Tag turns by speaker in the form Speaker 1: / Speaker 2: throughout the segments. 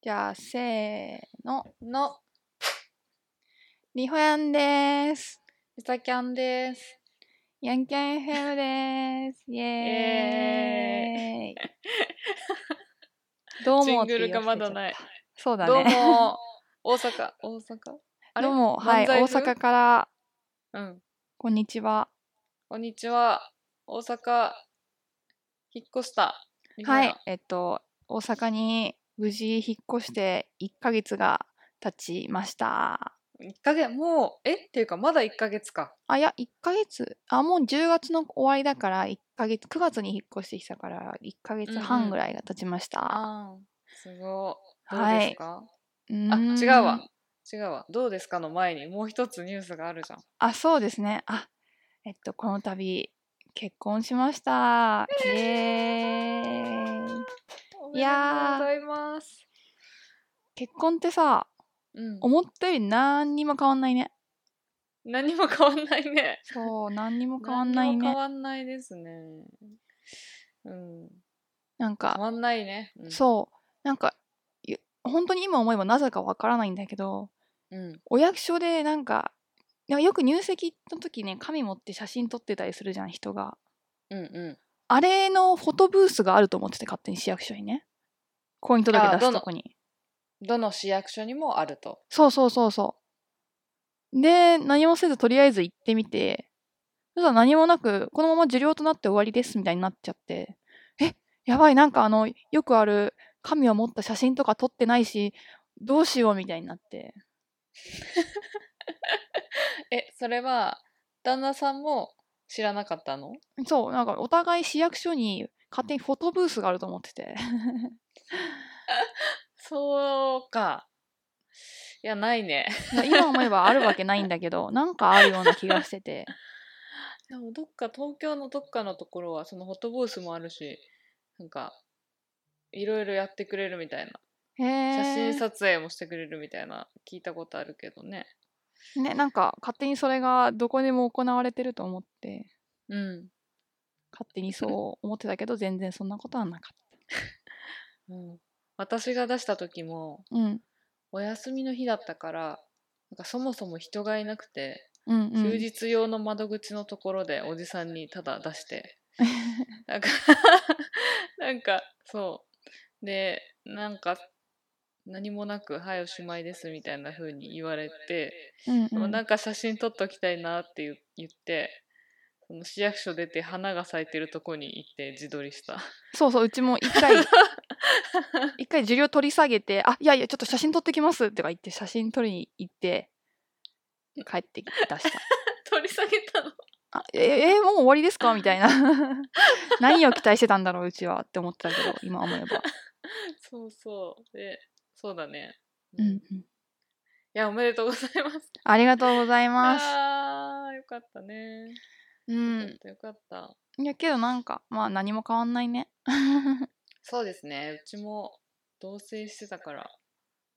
Speaker 1: じゃあ、せーの。
Speaker 2: の、
Speaker 1: リホヤンです。
Speaker 2: みさきゃんです。
Speaker 1: ヤンキャン FM です。イエーイ。どう
Speaker 2: ジ
Speaker 1: も
Speaker 2: ン
Speaker 1: って
Speaker 2: グ
Speaker 1: 言い忘れ
Speaker 2: ル
Speaker 1: ちゃ
Speaker 2: が
Speaker 1: った
Speaker 2: まだない。。
Speaker 1: そうだ
Speaker 2: どう
Speaker 1: ね。
Speaker 2: も、大阪、大阪。あれ
Speaker 1: どうも、はい、
Speaker 2: 漫才
Speaker 1: 大
Speaker 2: 風
Speaker 1: 阪から、
Speaker 2: うん。
Speaker 1: こんにちは。
Speaker 2: こんにちは。大阪、引っ越した。日本
Speaker 1: は
Speaker 2: や
Speaker 1: い、えっと、大阪に無事引っ越して1ヶ月が経ちました。
Speaker 2: 一ヶ月、もう、えっていうか、まだ1ヶ月か。
Speaker 1: あ、いや、1ヶ月、あ、もう10月の終わりだから、1ヶ月、9月に引っ越してきたから、1ヶ月
Speaker 2: うんう
Speaker 1: 半
Speaker 2: ん
Speaker 1: ぐらいが経ちました。
Speaker 2: ああ。すごい。どう
Speaker 1: はい
Speaker 2: ですか、
Speaker 1: うー
Speaker 2: あ、
Speaker 1: ん
Speaker 2: 違うわ。違うわ。どうですかの前に、もう一つニュースがあるじゃん。
Speaker 1: あ、そうですね。あ、えっと、この度、結婚しました。イエーイ。
Speaker 2: お
Speaker 1: いやー
Speaker 2: めでとうございます。
Speaker 1: 結婚ってさ、
Speaker 2: うん。
Speaker 1: 思ったより何にも変わんないね。
Speaker 2: 何も変わんないね。
Speaker 1: そう、何にも変わんない
Speaker 2: 何も変
Speaker 1: ね。
Speaker 2: わんないですね。うん。
Speaker 1: なんか
Speaker 2: 変、わんないね。うん
Speaker 1: そう、なんか、ゆ本当に今思えばなぜかわからないんだけど、
Speaker 2: うん。
Speaker 1: お役所でなんか、いやよく入籍の時ね、紙持って写真撮ってたりするじゃん、人が。
Speaker 2: うんう
Speaker 1: あれのフォトブースがあると思ってて、勝手に市役所にね。婚姻届
Speaker 2: あ
Speaker 1: 出
Speaker 2: ど
Speaker 1: す
Speaker 2: の
Speaker 1: とこに。
Speaker 2: ん。どの市役所にもあると。
Speaker 1: そうそうそうそう。で、何もせずとりあえず行ってみて、そしたら何もなく、このまま受領となって終わりですみたいになっちゃって、え、やばい、なんかあの、よくある、神を持った写真とか撮ってないし、どうしようみたいになって。
Speaker 2: え、それは、旦那さんも知らなかったの
Speaker 1: そう、なんかお互い市役所に勝手にフォトブースがあると思って て。
Speaker 2: そうか。いや、ないね。
Speaker 1: いや今思えばあるわけないんだけど、 なんかあるような気がしてて。
Speaker 2: でも、どっか、東京のどっかのところは、そのホットブースもあるし、なんか、いろいろやってくれるみたいな。
Speaker 1: へえ。
Speaker 2: 写真撮影もしてくれるみたいな、聞いたことあるけどね。
Speaker 1: ね、なんか勝手にそれがどこでも行われてると思って。
Speaker 2: うん。
Speaker 1: 勝手にそう思ってたけど全然そんなことはなかっ
Speaker 2: うん、私が出した時も、
Speaker 1: た。うん。
Speaker 2: お休みの日だったから、なんかそもそも人がいなくて、
Speaker 1: うん、うん。
Speaker 2: 休日用の窓口のところでおじさんにただ 出して、なんか なんかそうでなんか何もなく「はいおしまいです」みたいな風に言われて、
Speaker 1: うん、
Speaker 2: でも
Speaker 1: うん
Speaker 2: なんか写真撮っときたいなって言言ってその市役所出て花が咲いてるとこに行って自撮 りした
Speaker 1: そうそう、うちも一 回、一回受領取り下げて、あ、いやいや、ちょっと写真撮ってきますとか言って、写真撮りに行って、帰ってき出した。
Speaker 2: 撮り下げたの
Speaker 1: あ、え、えもう終わりですかみたい な。何を期待してたんだろう、うちはって思ってたけど、今思えば。
Speaker 2: そうそうでそうだね
Speaker 1: うん、うん
Speaker 2: い。やおめでとうございます
Speaker 1: ありがとうございます。
Speaker 2: あーよかったね
Speaker 1: う
Speaker 2: よかっ
Speaker 1: ん。
Speaker 2: たよかった
Speaker 1: いや、けどなんか、まあ何も変わんないね。
Speaker 2: そうですね。うちも同棲してたから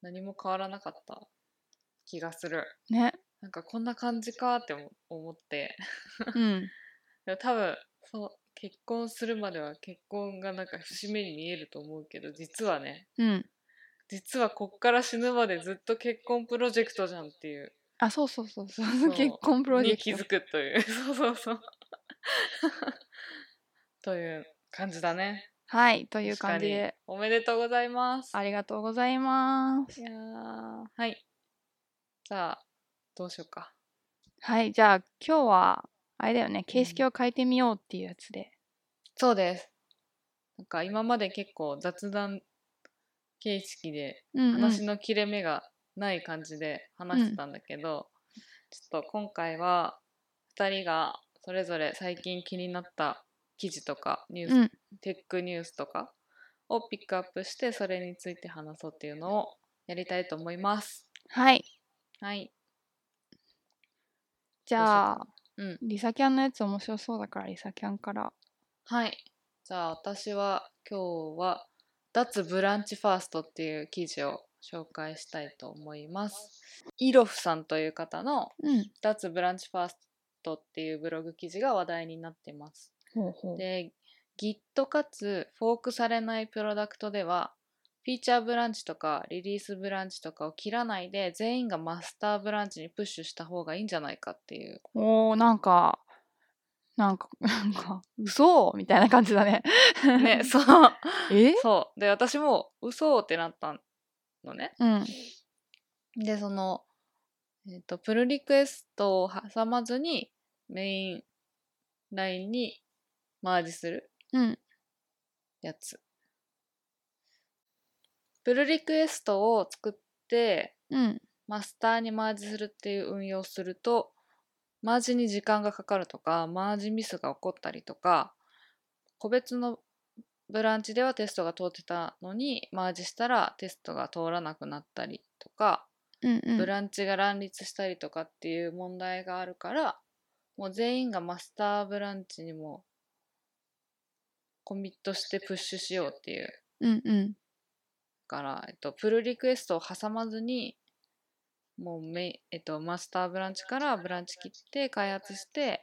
Speaker 2: 何も変わらなかった気がする。
Speaker 1: ね。
Speaker 2: なんかこんな感じかって思思って。
Speaker 1: うん。
Speaker 2: でも多分そう結婚するまでは結婚がなんか節目に見えると思うけど、実はね、
Speaker 1: うん。
Speaker 2: 実はこっから死ぬまでずっと結婚プロジェクトじゃんっていう
Speaker 1: あ、そうそうそうそう。
Speaker 2: そう
Speaker 1: 結婚プロジェク
Speaker 2: に
Speaker 1: ト。
Speaker 2: 気づくという。 そうそうそう。という感じだね。
Speaker 1: はい、という
Speaker 2: 確か
Speaker 1: 感
Speaker 2: に
Speaker 1: じで、
Speaker 2: おめでとうございます。
Speaker 1: ありがとうございます
Speaker 2: い。やーはい。じゃあ、どうしようか。
Speaker 1: はい、じゃあ今日は、あれだよね、形式を変えてみようっていうやつで。
Speaker 2: そうです。なんか今まで結構雑談形式で
Speaker 1: うん、うん。
Speaker 2: 話の切れ目がない感じで話してたんだけど、ちょっと今回は2人がそれぞれ最近気になった記事とかニュース、
Speaker 1: うん
Speaker 2: テックニュースとかをピックアップしてそれについて話そうっていうのをやりたいと思います。
Speaker 1: はい、
Speaker 2: はい。
Speaker 1: じゃあ、
Speaker 2: どうしようかなうん。
Speaker 1: リサキャンのやつ面白そうだから、リサキャンから。
Speaker 2: はい。じゃあ私は今日は脱ブランチファーストっていう記事を紹介したいと思います。イロフさんという方の
Speaker 1: うん。
Speaker 2: 脱ブランチファーストっていうブログ記事が話題になってます。
Speaker 1: ほうほう。
Speaker 2: で、Git かつフォークされないプロダクトではフィーチャーブランチとかリリースブランチとかを切らないで全員がマスターブランチにプッシュした方がいいんじゃないかっていう
Speaker 1: おー、なんか、なんか、 なんか、嘘みたいな感じだね。
Speaker 2: ねそう
Speaker 1: え
Speaker 2: そうで私も嘘ってなったのね
Speaker 1: うん。
Speaker 2: でその、えっとプルリクエストを挟まずにメインラインにマージする
Speaker 1: うん
Speaker 2: やつ、プルリクエストを作って
Speaker 1: うん。
Speaker 2: マスターにマージするっていう運用をするとマージに時間がかかるとかマージミスが起こったりとか個別のブランチではテストが通ってたのにマージしたらテストが通らなくなったりとか
Speaker 1: うんうん。
Speaker 2: ブランチが乱立したりとかっていう問題があるからもう全員がマスターブランチにもコミットしてプッシュしようっていう
Speaker 1: うんうん。
Speaker 2: から、えっと、プルリクエストを挟まずにもうメ、えっと、マスターブランチからブランチ切って開発して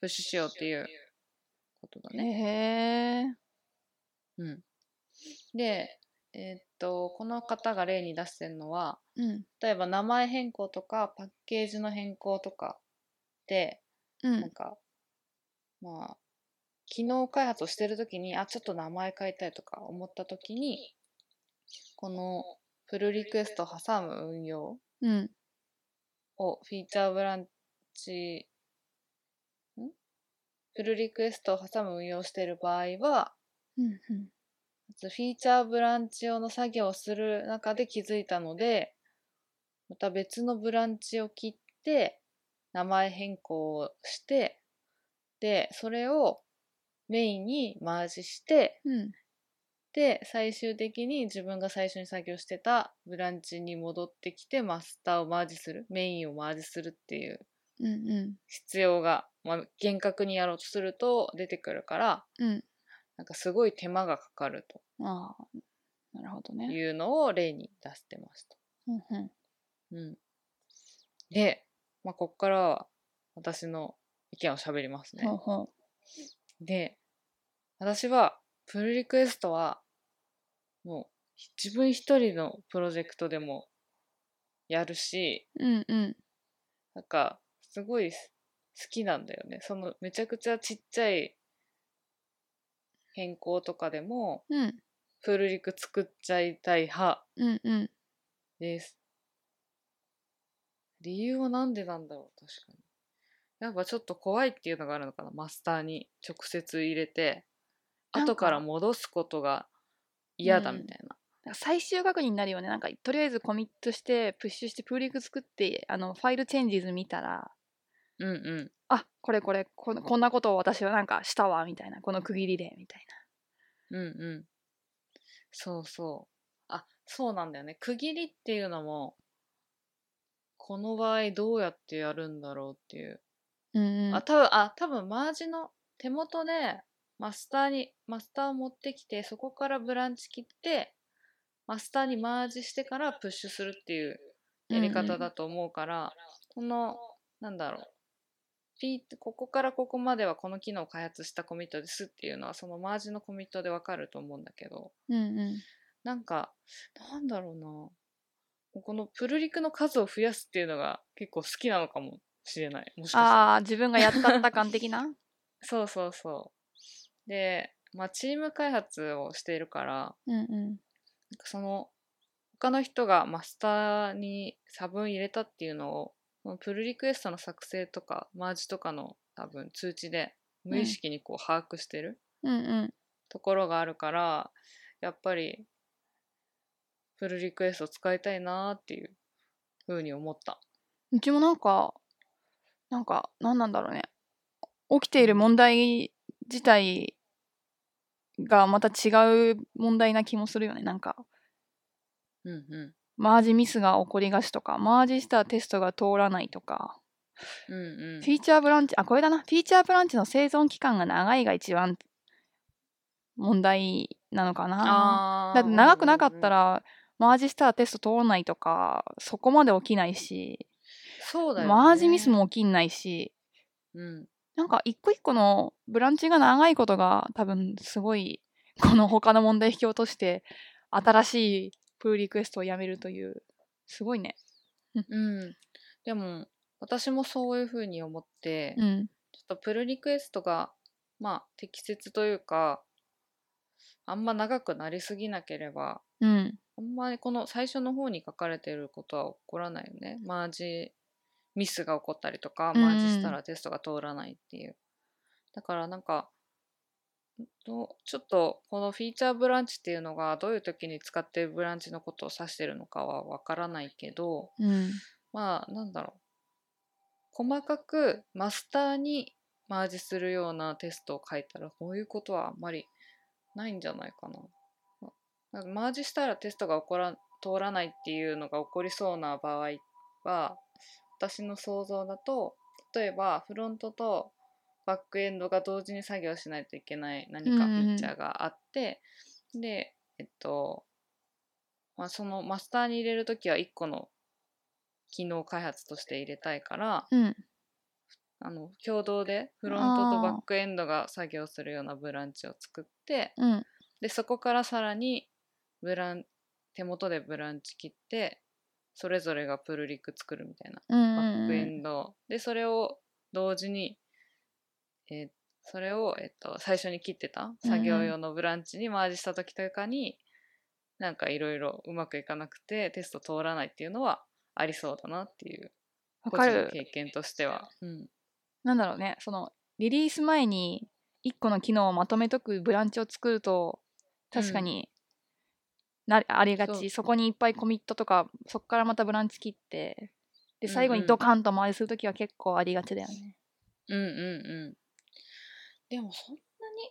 Speaker 2: プッシュしようっていうことだね。
Speaker 1: へえ。
Speaker 2: うん、で、えっと、この方が例に出してるのは
Speaker 1: うん。
Speaker 2: 例えば名前変更とかパッケージの変更とかで
Speaker 1: う
Speaker 2: なん
Speaker 1: ん。
Speaker 2: か、まあ機能開発をしてる時にあちょっと名前変えたいとか思った時にこのプルリクエストを挟む運用
Speaker 1: うん。
Speaker 2: をフィーチャーブランチんプルリクエストを挟む運用をしている場合は
Speaker 1: うん。
Speaker 2: フィーチャーブランチ用の作業をする中で気づいたので、また別のブランチを切って、名前変更をして、で、それをメインにマージして、
Speaker 1: うん。
Speaker 2: で、最終的に自分が最初に作業してたブランチに戻ってきて、マスターをマージする、メインをマージするっていう
Speaker 1: うん。うん。
Speaker 2: 必要が、まあ、厳格にやろうとすると出てくるから、
Speaker 1: うん。
Speaker 2: なんかすごい手間がかかると
Speaker 1: ああ。なるほどね。
Speaker 2: いうのを例に出してました。
Speaker 1: うん。うん。
Speaker 2: うん。で、まあ、こっからは私の意見を喋りますね
Speaker 1: ほう。ほ
Speaker 2: で、私は、プルリクエストは、もう、自分一人のプロジェクトでもやるし、
Speaker 1: う。うん。うん。
Speaker 2: なんか、すごい好きなんだよね。その、めちゃくちゃちっちゃい変更とかでも、
Speaker 1: うん。
Speaker 2: プルリク作っちゃいたい派
Speaker 1: うん。うん。
Speaker 2: です。理由はなんでなんだろう、確かに。やっぱちょっと怖いっていうのがあるのかな、マスターに直接入れて、
Speaker 1: なんか
Speaker 2: 後から戻すことが嫌だ
Speaker 1: うん
Speaker 2: みたいな。
Speaker 1: 最終確認になるよね。なんか、とりあえずコミットして、プッシュして、プーリング作って、あの、ファイルチェンジズ見たら、
Speaker 2: うんうん。
Speaker 1: あ、これこれ、こんこんなことを私はなんかしたわ、みたいな。この区切りで、みたい
Speaker 2: うんうん。そうそう。あ、そうなんだよね。区切りっていうのも、この場合どうやってやるんだろうっていう。
Speaker 1: な。うん
Speaker 2: あ、多分、あ、多分、マージの手元で、マスターに、マスターを持ってきて、そこからブランチ切って、マスターにマージしてからプッシュするっていうやり方だと思うから、この、なんだろう。ピーここからここまではこの機能を開発したコミットですっていうのは、そのマージのコミットでわかると思うんだけど、
Speaker 1: うんうん。
Speaker 2: なんか、なんだろうな。このプルリクの数を増やすっていうのが結構好きなのかもしれない。もしかしたら。
Speaker 1: ああ、自分がやったった感的な。
Speaker 2: そうそうそう。で、まあ、チーム開発をしているから、なん
Speaker 1: うんうん。
Speaker 2: かその、他の人がマスターに差分入れたっていうのを、そのプルリクエストの作成とか、マージとかの多分通知で、無意識にこう把握してる
Speaker 1: うんうん。
Speaker 2: ところがあるから、やっぱり、プルリクエスト使いたいなーっていうふうに思った。
Speaker 1: うちもなんか、なんか、なんなんだろうね。起きている問題自体がまた違う問題な気もするよね。なんか、
Speaker 2: うんう
Speaker 1: マージミスが起こりがちとか、マージしたらテストが通らないとか、
Speaker 2: ん。うんうん。
Speaker 1: フィーチャーブランチ、あ、これだな。フィーチャーブランチの生存期間が長いが一番問題なのかな。
Speaker 2: あー
Speaker 1: だって長くなかった、
Speaker 2: うんうんうん
Speaker 1: ら、マージしたらテスト通らないとか、そこまで起きないし、
Speaker 2: そうだよね。
Speaker 1: マージミス、も起きんないし、
Speaker 2: うん。
Speaker 1: なんか一個一個のブランチが長いことが多分すごいこの他の問題引き落として新しいプーリクエストをやめるというすごいね
Speaker 2: うん。でも、私もそういうふうに思って、
Speaker 1: ん
Speaker 2: ちょっとプルリクエストが、まあ、適切というか、あんま長くなりすぎなければ、
Speaker 1: うん
Speaker 2: あんまりこの最初の方に書かれてることは起こらないよね。マージミスが起こったりとか、
Speaker 1: うんうん
Speaker 2: マージしたらテストが通らないっていう。だからなんか、どうちょっとこのフィーチャーブランチっていうのがどういう時に使ってるブランチのことを指してるのかはわからないけど、
Speaker 1: うん
Speaker 2: まあなんだろう細かくマスターにマージするようなテストを書いたらこういうことはあんまりないんじゃないかな。まなんかマージしたらテストが起こら通らないっていうのが起こりそうな場合は私の想像だと例えばフロントとバックエンドが同時に作業しないといけない何か
Speaker 1: うん
Speaker 2: フ
Speaker 1: うんうん
Speaker 2: ィーチャーがあって、でえっと、まあ、そのマスターに入れるときは1個の機能開発として入れたいから
Speaker 1: うん
Speaker 2: あの共同でフロントと
Speaker 1: あー
Speaker 2: バックエンドが作業するようなブランチを作って
Speaker 1: うん
Speaker 2: でそこからさらにブラン手元でブランチ切ってそれぞれがプルリク作るみたいな
Speaker 1: うん
Speaker 2: バ
Speaker 1: うん
Speaker 2: ックエ
Speaker 1: うん
Speaker 2: ンドでそれを同時に、えーそれを、えっと最初に切ってた作業用のブランチにマージした時とかに、なんかいろいろうまくいかなくてテスト通らないっていうのはありそうだなっていう
Speaker 1: わか
Speaker 2: 個人の
Speaker 1: る
Speaker 2: 経験としては。うん
Speaker 1: なんだろうねそのリリース前に一個の機能をまとめとくブランチを作ると確かに、なありがち
Speaker 2: そ
Speaker 1: そうこにいっぱいコミットとかそこからまたブランチ切ってで
Speaker 2: うん
Speaker 1: 最後にドカンと回りするときは結構ありがちだよね、
Speaker 2: うんうんうん。でもそんなに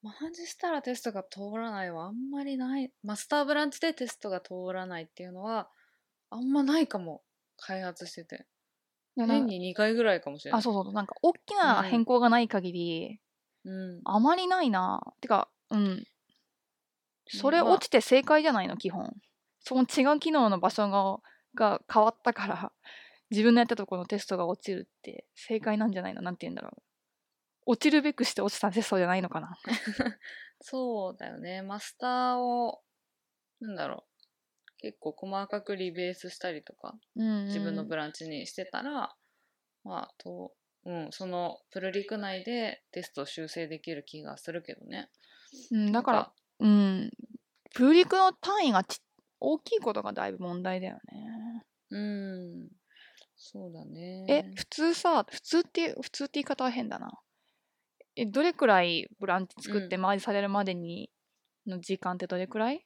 Speaker 2: マージしたらテストが通らないはあんまりないマスターブランチでテストが通らないっていうのはあんまないかも開発してて
Speaker 1: でもなんか
Speaker 2: 年に2回ぐらいかもしれない
Speaker 1: あそうそうそうなんか大きな変更がない限り、
Speaker 2: うん、
Speaker 1: あまりないなてかうんそれ
Speaker 2: まあ
Speaker 1: 落ちて正解じゃないの基本その違う機能の場所がが変わったから自分のやったところのテストが落ちるって正解なんじゃないのなんて言うんだろう落ちるべくして落ちたテストじゃないのかな
Speaker 2: そうだよねマスターをなんだろう結構細かくリベースしたりとか自
Speaker 1: 自
Speaker 2: 分のブランチにしてたら、まあと、うん、そのプルリク内でテストを修正できる気がするけどね
Speaker 1: うんだか
Speaker 2: なん
Speaker 1: らうんプーリクの単位がち大きいことがだいぶ問題だよね
Speaker 2: うんそうだね
Speaker 1: え普通さ普通って普通って言い方は変だなえどれくらいブランチ作ってマージされるまでにの時間ってどれくらい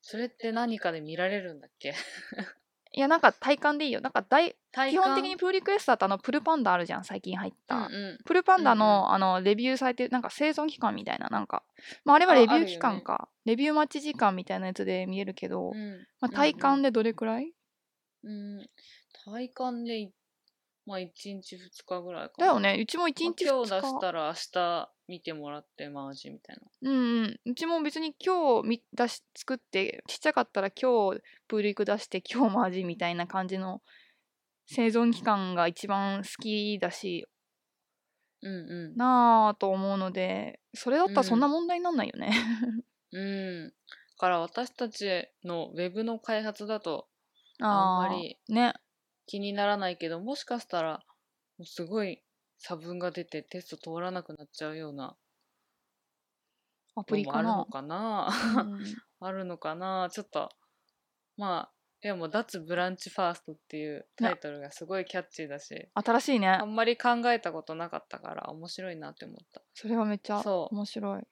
Speaker 2: それって何かで見られるんだっ け
Speaker 1: いやなんか体感でいいよなんか大
Speaker 2: 体
Speaker 1: 基本的に
Speaker 2: 感
Speaker 1: プーリクエストだとあのプルパンダあるじゃん最近入った、
Speaker 2: うんうん
Speaker 1: プルパンダ
Speaker 2: うんう
Speaker 1: の,、あのレビューされてるなんか生存期間みたいななんか、まあ、あれは
Speaker 2: あ
Speaker 1: レビ
Speaker 2: あ
Speaker 1: ュ
Speaker 2: るよ
Speaker 1: ー
Speaker 2: ね
Speaker 1: 期間か、レビュー待ち時間みたいなやつで見えるけど、
Speaker 2: うん
Speaker 1: まあ、体感でどれくらい、
Speaker 2: うん、体感でい、まあ、1日2日ぐらいか
Speaker 1: だ
Speaker 2: な
Speaker 1: よねうちも1
Speaker 2: まあ
Speaker 1: 日2日、
Speaker 2: 今日出したら明日見てもらってマージみたいな。
Speaker 1: うんうん、うちも別に今日み出し作ってちっちゃかったら今日プール行く出して今日マージみたいな感じの生存期間が一番好きだし
Speaker 2: うん
Speaker 1: なあと思うのでそれだったらそんな問題になんないよね。
Speaker 2: うん。うん。だから私たちのウェブの開発だと
Speaker 1: あ
Speaker 2: あんま
Speaker 1: ー
Speaker 2: り
Speaker 1: ね
Speaker 2: 気にならないけど、もしかしたらもうすごい差分が出てテスト通らなくなっちゃうような
Speaker 1: アプ
Speaker 2: の
Speaker 1: リ
Speaker 2: もあ
Speaker 1: か
Speaker 2: るの
Speaker 1: な。
Speaker 2: かな。あるのかな。ちょっと、まあ、でも脱ブランチファーストっていうタイトルがすごいキャッチーだし、
Speaker 1: うん新しいね
Speaker 2: あ。んまり考えたことなかったから面白いなって思った。
Speaker 1: それはめっちゃ
Speaker 2: そう
Speaker 1: 面白い。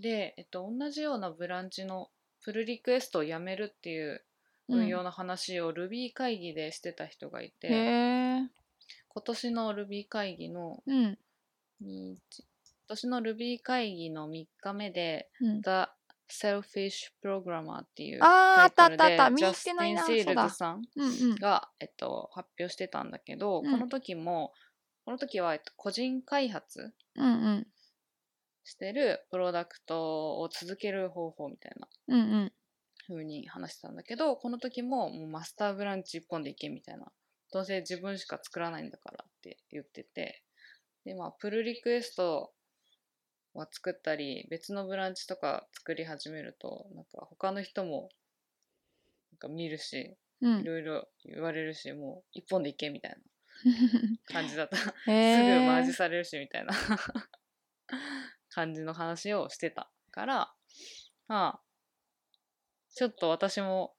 Speaker 2: で、えっと、同じようなブランチのプルリクエストをやめるっていう
Speaker 1: うん
Speaker 2: 運用の話を Ruby 会議でしてた人がいて、
Speaker 1: へえ。
Speaker 2: 今年の Ruby 会議の
Speaker 1: うん。
Speaker 2: に今年の Ruby 会議の3日目で
Speaker 1: うん、
Speaker 2: The Selfish Programmer っていう
Speaker 1: あー
Speaker 2: タイトルで
Speaker 1: あったあったあった見
Speaker 2: ジ
Speaker 1: に行
Speaker 2: ャ
Speaker 1: っ
Speaker 2: ステ
Speaker 1: てな
Speaker 2: ィ
Speaker 1: い
Speaker 2: ン・
Speaker 1: な
Speaker 2: シ
Speaker 1: そ
Speaker 2: ー
Speaker 1: う
Speaker 2: ル
Speaker 1: だ
Speaker 2: ズさん
Speaker 1: うんうん。
Speaker 2: が、えっと、発表してたんだけど、
Speaker 1: うん
Speaker 2: この時もこの時は、えっと、個人開発
Speaker 1: うんうん。
Speaker 2: してるプロダクトを続ける方法みたいな
Speaker 1: うんうん。
Speaker 2: 風に話してたんだけどこの時ももうマスターブランチ一本でいけみたいなどうせ自分しか作らないんだからって言っててでまあプルリクエストは作ったり別のブランチとか作り始めるとなんか他の人もなんか見るし
Speaker 1: う
Speaker 2: い
Speaker 1: ん。
Speaker 2: ろいろ言われるしもう一本でいけみたいな感じ だった、すぐマー
Speaker 1: え
Speaker 2: ジされるしみたいな感じの話をしてたからまあちょっと私も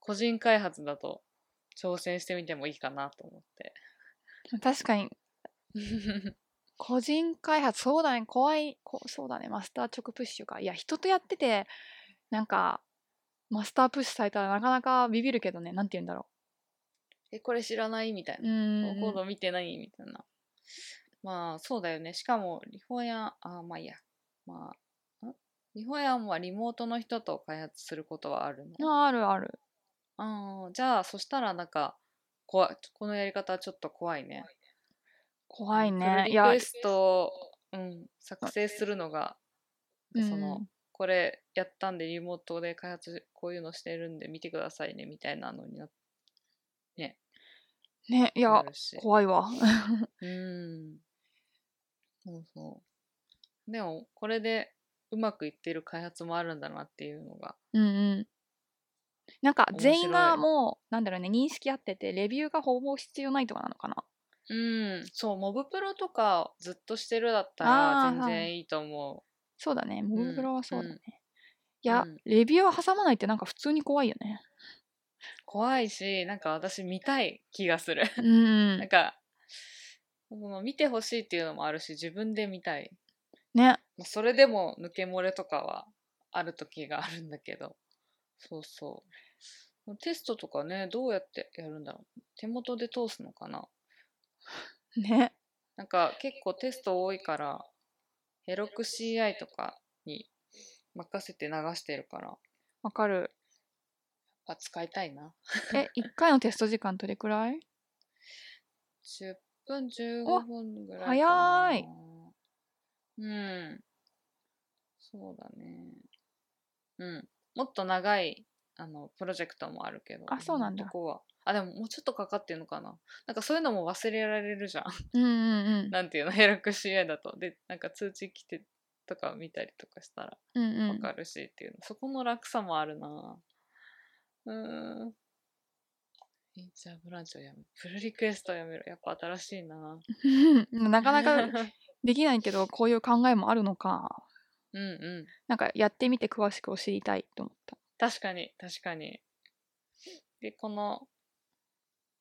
Speaker 2: 個人開発だと挑戦してみてもいいかなと 思って。
Speaker 1: ー、確かに個人開発そうだね怖いこそうだねマスター直プッシュかいや人とやっててなんかマスタープッシュされたらなかなかビビるけどねなんて言うんだろ
Speaker 2: えこれ知らないみたいうな、
Speaker 1: うん
Speaker 2: コード見てないみたいなまあそうだよねしかもリフォーヤンあまあいいやまあんリフォーヤンはリモートの人と開発することはあるの
Speaker 1: ああるある
Speaker 2: あーじゃあそしたらなんか怖いこのやり方はちょっと怖いね
Speaker 1: 怖い
Speaker 2: プル
Speaker 1: ねい
Speaker 2: リ
Speaker 1: や
Speaker 2: クエストを、うん、作成するのがそのこれやったんでリモートで開発こういうのしてるんで見てくださいねみたいなのになっ
Speaker 1: うんねい
Speaker 2: て
Speaker 1: や
Speaker 2: るし
Speaker 1: 怖いわ
Speaker 2: うん。そうそう。でも、これでうまくいってる開発もあるんだなっていうのが。
Speaker 1: うんうんなんか全員
Speaker 2: 面白
Speaker 1: が
Speaker 2: い
Speaker 1: もうなんだろうね認識あっててレビューがほぼ必要ないとかなのかな
Speaker 2: うん。そう、モブプロとかずっとしてるだった
Speaker 1: あ
Speaker 2: ら
Speaker 1: ー
Speaker 2: 全
Speaker 1: は
Speaker 2: 然いいと思
Speaker 1: そうだねモブプロはそうだね、
Speaker 2: うん
Speaker 1: いや、
Speaker 2: うん
Speaker 1: レビューを挟まないってなんか普通に怖いよ ね。
Speaker 2: う。怖いし、なんか私見たい気がする。
Speaker 1: うんう
Speaker 2: なん
Speaker 1: ん。
Speaker 2: か、その見てほしいっていうのもあるし、自分で見たい。
Speaker 1: ね。
Speaker 2: まあそれでも抜け漏れとかはある時があるんだけど。そうそう。テストとかね、どうやってやるんだろう。手元で通すのかな
Speaker 1: ね。
Speaker 2: なんか結構テスト多いから、ヘロク CI とかに任せて流してるから、やっ
Speaker 1: わかる。
Speaker 2: ぱ使いたいな。
Speaker 1: え、1回のテスト時間どれくらい
Speaker 2: 10分、15分ぐらいかな。
Speaker 1: 早い
Speaker 2: うん。そうだね。うん。もっと長い、あの、プロジェクトもあるけど。
Speaker 1: あそうなんだ
Speaker 2: 今のとこは。あ、でももうちょっとかかってんのかな。なんかそういうのも忘れられ るじゃん。
Speaker 1: うんうん
Speaker 2: なんていうの、ヘロク CI だと。で、なんか通知来てとか見たりとかしたら。
Speaker 1: うん。うんう
Speaker 2: わ
Speaker 1: ん。
Speaker 2: かるしっていうの、そこの楽さもあるなぁうーんインチャーブランチをやめプルリクエストをやめろやっぱ新しいなぁ
Speaker 1: なかな かできないけど、こういう考えもあるのか。
Speaker 2: うんうん
Speaker 1: なんかやってみて詳しく知りたいと思った。
Speaker 2: 確かに確かにでこの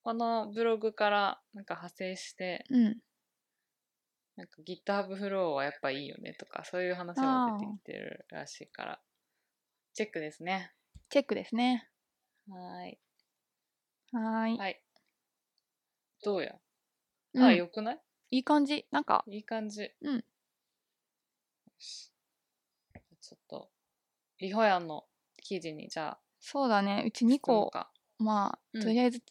Speaker 2: このブログからなんか派生して
Speaker 1: うん。
Speaker 2: なんか GitHub フローはやっぱいいよねとかそういう話も出てきてるらしいからチェックですね
Speaker 1: チェックですね。
Speaker 2: はーい
Speaker 1: はーい。
Speaker 2: はいどうや、
Speaker 1: うん
Speaker 2: あよくない
Speaker 1: いい感じ。なんか、
Speaker 2: いい感じ。
Speaker 1: うん
Speaker 2: よし。ちょっと、リホヤンの記事に、じゃあ、
Speaker 1: そうだね。うち2
Speaker 2: こ
Speaker 1: 個
Speaker 2: う、か。
Speaker 1: ま
Speaker 2: う
Speaker 1: あ、
Speaker 2: ん
Speaker 1: とりあえず、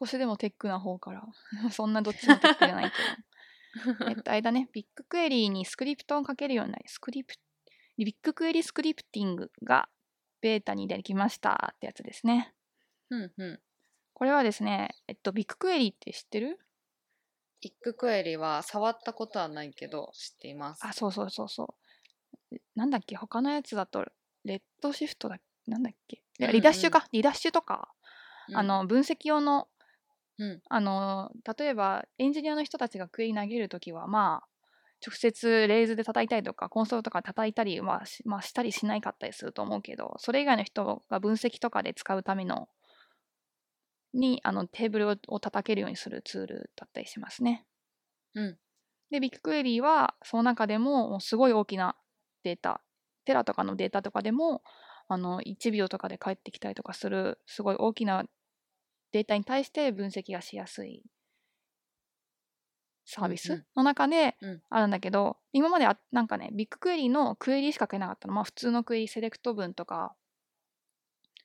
Speaker 1: 少しでもテックな方から。 そんなどっちもテックじゃないけど。えっと、あれだね、ビッグクエリーにスクリプトをかけるようになり、スクリプビッグクエリスクリプティングがベータにできましたってやつですね。
Speaker 2: うんうん。
Speaker 1: これはですね、えっと、ビッグクエリーって知ってる
Speaker 2: ビッグクエリは触ったことはないけど、知っています。
Speaker 1: あ、そうそうそうそう。なんだっけ、他のやつだと、レッドシフトだなんだっけ、いや
Speaker 2: うん
Speaker 1: リダッシュか、リダッシュとか、
Speaker 2: うん
Speaker 1: あ、の、分析用の、
Speaker 2: うん
Speaker 1: あの、例えばエンジニアの人たちがクエリ投げるときは、まあ、直接レイズで叩いたりとかコンソールとか叩いたり、まあしまあ、したりしないかったりすると思うけどそれ以外の人が分析とかで使うためのにあのテーブルを叩けるようにするツールだったりしますね。
Speaker 2: うん
Speaker 1: でビッグクエリーはその中でももうすごい大きなデータテラとかのデータとかでもあの1秒とかで返ってきたりとかするすごい大きなデータに対して分析がしやすいサービ
Speaker 2: うんう
Speaker 1: ス
Speaker 2: ん
Speaker 1: の中で
Speaker 2: うん
Speaker 1: あるんだけど、今まであなんかねビッグクエリーのクエリしか書けなかったのまあ普通のクエリセレクト文とか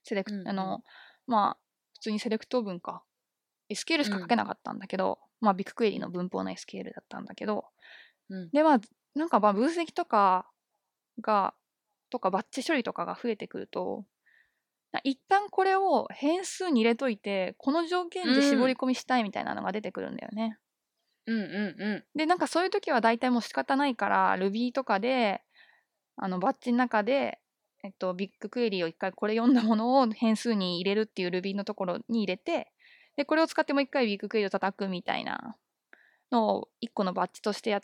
Speaker 1: セレク、
Speaker 2: うんうん
Speaker 1: あのまあ普通にセレクト文か SQL しか書けなかったんだけど、まあビッグクエリーの文法の SQL だったんだけど、
Speaker 2: うん
Speaker 1: でまあなんかまあ分析とかがとかバッチ処理とかが増えてくるとな一旦これを変数に入れといてこの条件で絞り込みしたいみたいなのが出てくるんだよね。
Speaker 2: うんうんうん。
Speaker 1: でなんかそういう時は大体もう仕方ないから Ruby とかであのバッジの中で、えっと、ビッグクエリを一回これ読んだものを変数に入れるっていう Ruby のところに入れてでこれを使ってもう一回ビッグクエリを叩くみたいなのを一個のバッジとしてやっ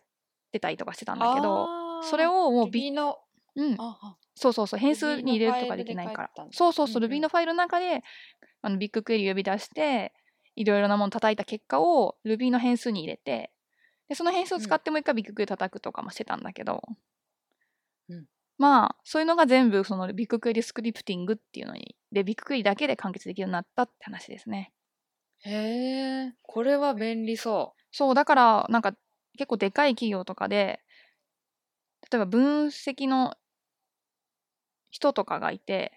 Speaker 1: てたりとかしてたんだけど
Speaker 3: あー
Speaker 1: それをもうビ
Speaker 3: 指の
Speaker 1: うん、
Speaker 3: あ
Speaker 1: そうそうそう変数に入れるとかできないからそうそうそ
Speaker 3: う
Speaker 1: う、
Speaker 3: んうん
Speaker 1: Ruby のファイルの中であのビッグクエリ呼び出していろいろなもの叩いた結果を Ruby の変数に入れてでその変数を使ってもう一回ビッグクエリ叩くとかもしてたんだけど、
Speaker 2: うん
Speaker 1: まあそういうのが全部そのビッグクエリスクリプティングっていうのにでビッグクエリだけで完結できるようになったって話ですね
Speaker 2: へえ、これは便利そ
Speaker 1: そうだからなんか結構でかい企業とかで例えば分析の人とかがいて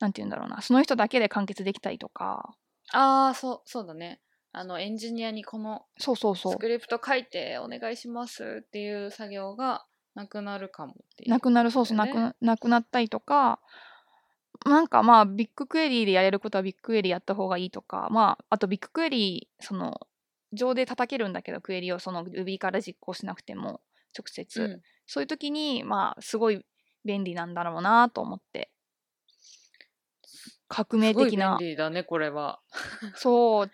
Speaker 1: なんて言うんだろうなその人だけで完結できたりとか
Speaker 2: う。ああ、そう、そうだね。あの、エンジニアにこの
Speaker 1: そうそうそう
Speaker 2: スクリプト書いてお願いしますっていう作業がなくなるかもっていう。
Speaker 1: なくなるそうそう
Speaker 2: だ
Speaker 1: な
Speaker 2: よね
Speaker 1: くなくなったりとかなんかまあビッグクエリーでやれることはビッグクエリーやった方がいいとかまああとビッグクエリーその上で叩けるんだけどクエリをその Ruby から実行しなくても直接、
Speaker 2: うん
Speaker 1: そういう時にまあすごい便利なんだろうなと思って革命
Speaker 2: すごい
Speaker 1: 的
Speaker 2: 便
Speaker 1: な
Speaker 2: 利だね、これは。
Speaker 1: そう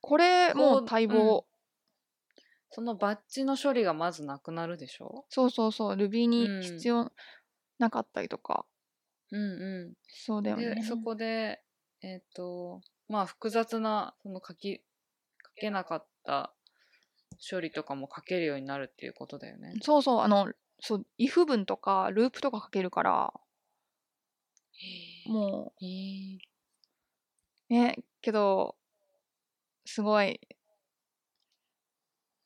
Speaker 1: これもう待望、
Speaker 2: そのバッジの処理がまずなくなるでしょ
Speaker 1: そうそうそう Ruby
Speaker 2: うん
Speaker 1: に必要なかったりとか、
Speaker 2: うんうん。
Speaker 1: そうだよね
Speaker 2: でそこでえっ、とまあ複雑なその書き書けなかった処理とかも書けるようになるっていうことだよね。
Speaker 1: そうそう、あの、そう、if 文とか、ループとか書けるから、も
Speaker 2: えー
Speaker 1: う、ね、けど、すごい、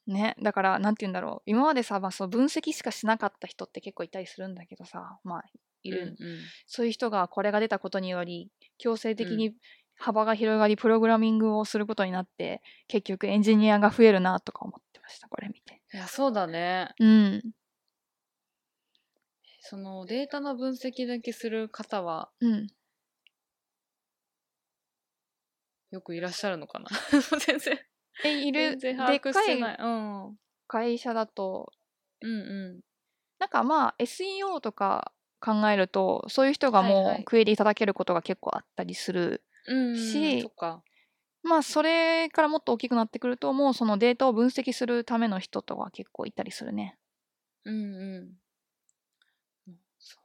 Speaker 1: ね、だから、なんて言うんだろう、今までさ、まあ、そう分析しかしなかった人って結構いたりするんだけどさ、まあ、いる、
Speaker 2: うんうん
Speaker 1: そういう人がこれが出たことにより、強制
Speaker 2: う
Speaker 1: 的
Speaker 2: ん
Speaker 1: に幅が広がり、プログラミングをすることになって、結局エンジニアが増えるな、とか思ってました、これ見て。
Speaker 2: いやそうだね
Speaker 1: うん、
Speaker 2: そのデータの分析だけする方は
Speaker 1: うん。
Speaker 2: よくいらっしゃるのかな 全然
Speaker 1: え、いる、で
Speaker 2: 全然
Speaker 1: っ
Speaker 2: 把握し
Speaker 1: か
Speaker 2: て
Speaker 1: い
Speaker 2: ない、うん、うん
Speaker 1: 会社だと、
Speaker 2: う
Speaker 1: なんかまあ SEO とか考えるとそういう人が
Speaker 2: はい
Speaker 1: も
Speaker 2: は
Speaker 1: う
Speaker 2: い
Speaker 1: クエリいただけることが結構あったりする、
Speaker 2: んうん
Speaker 1: し
Speaker 2: そっか
Speaker 1: まあそれからもっと大きくなってくるともうそのデータを分析するための人とか結構いたりするね
Speaker 2: うんうんそう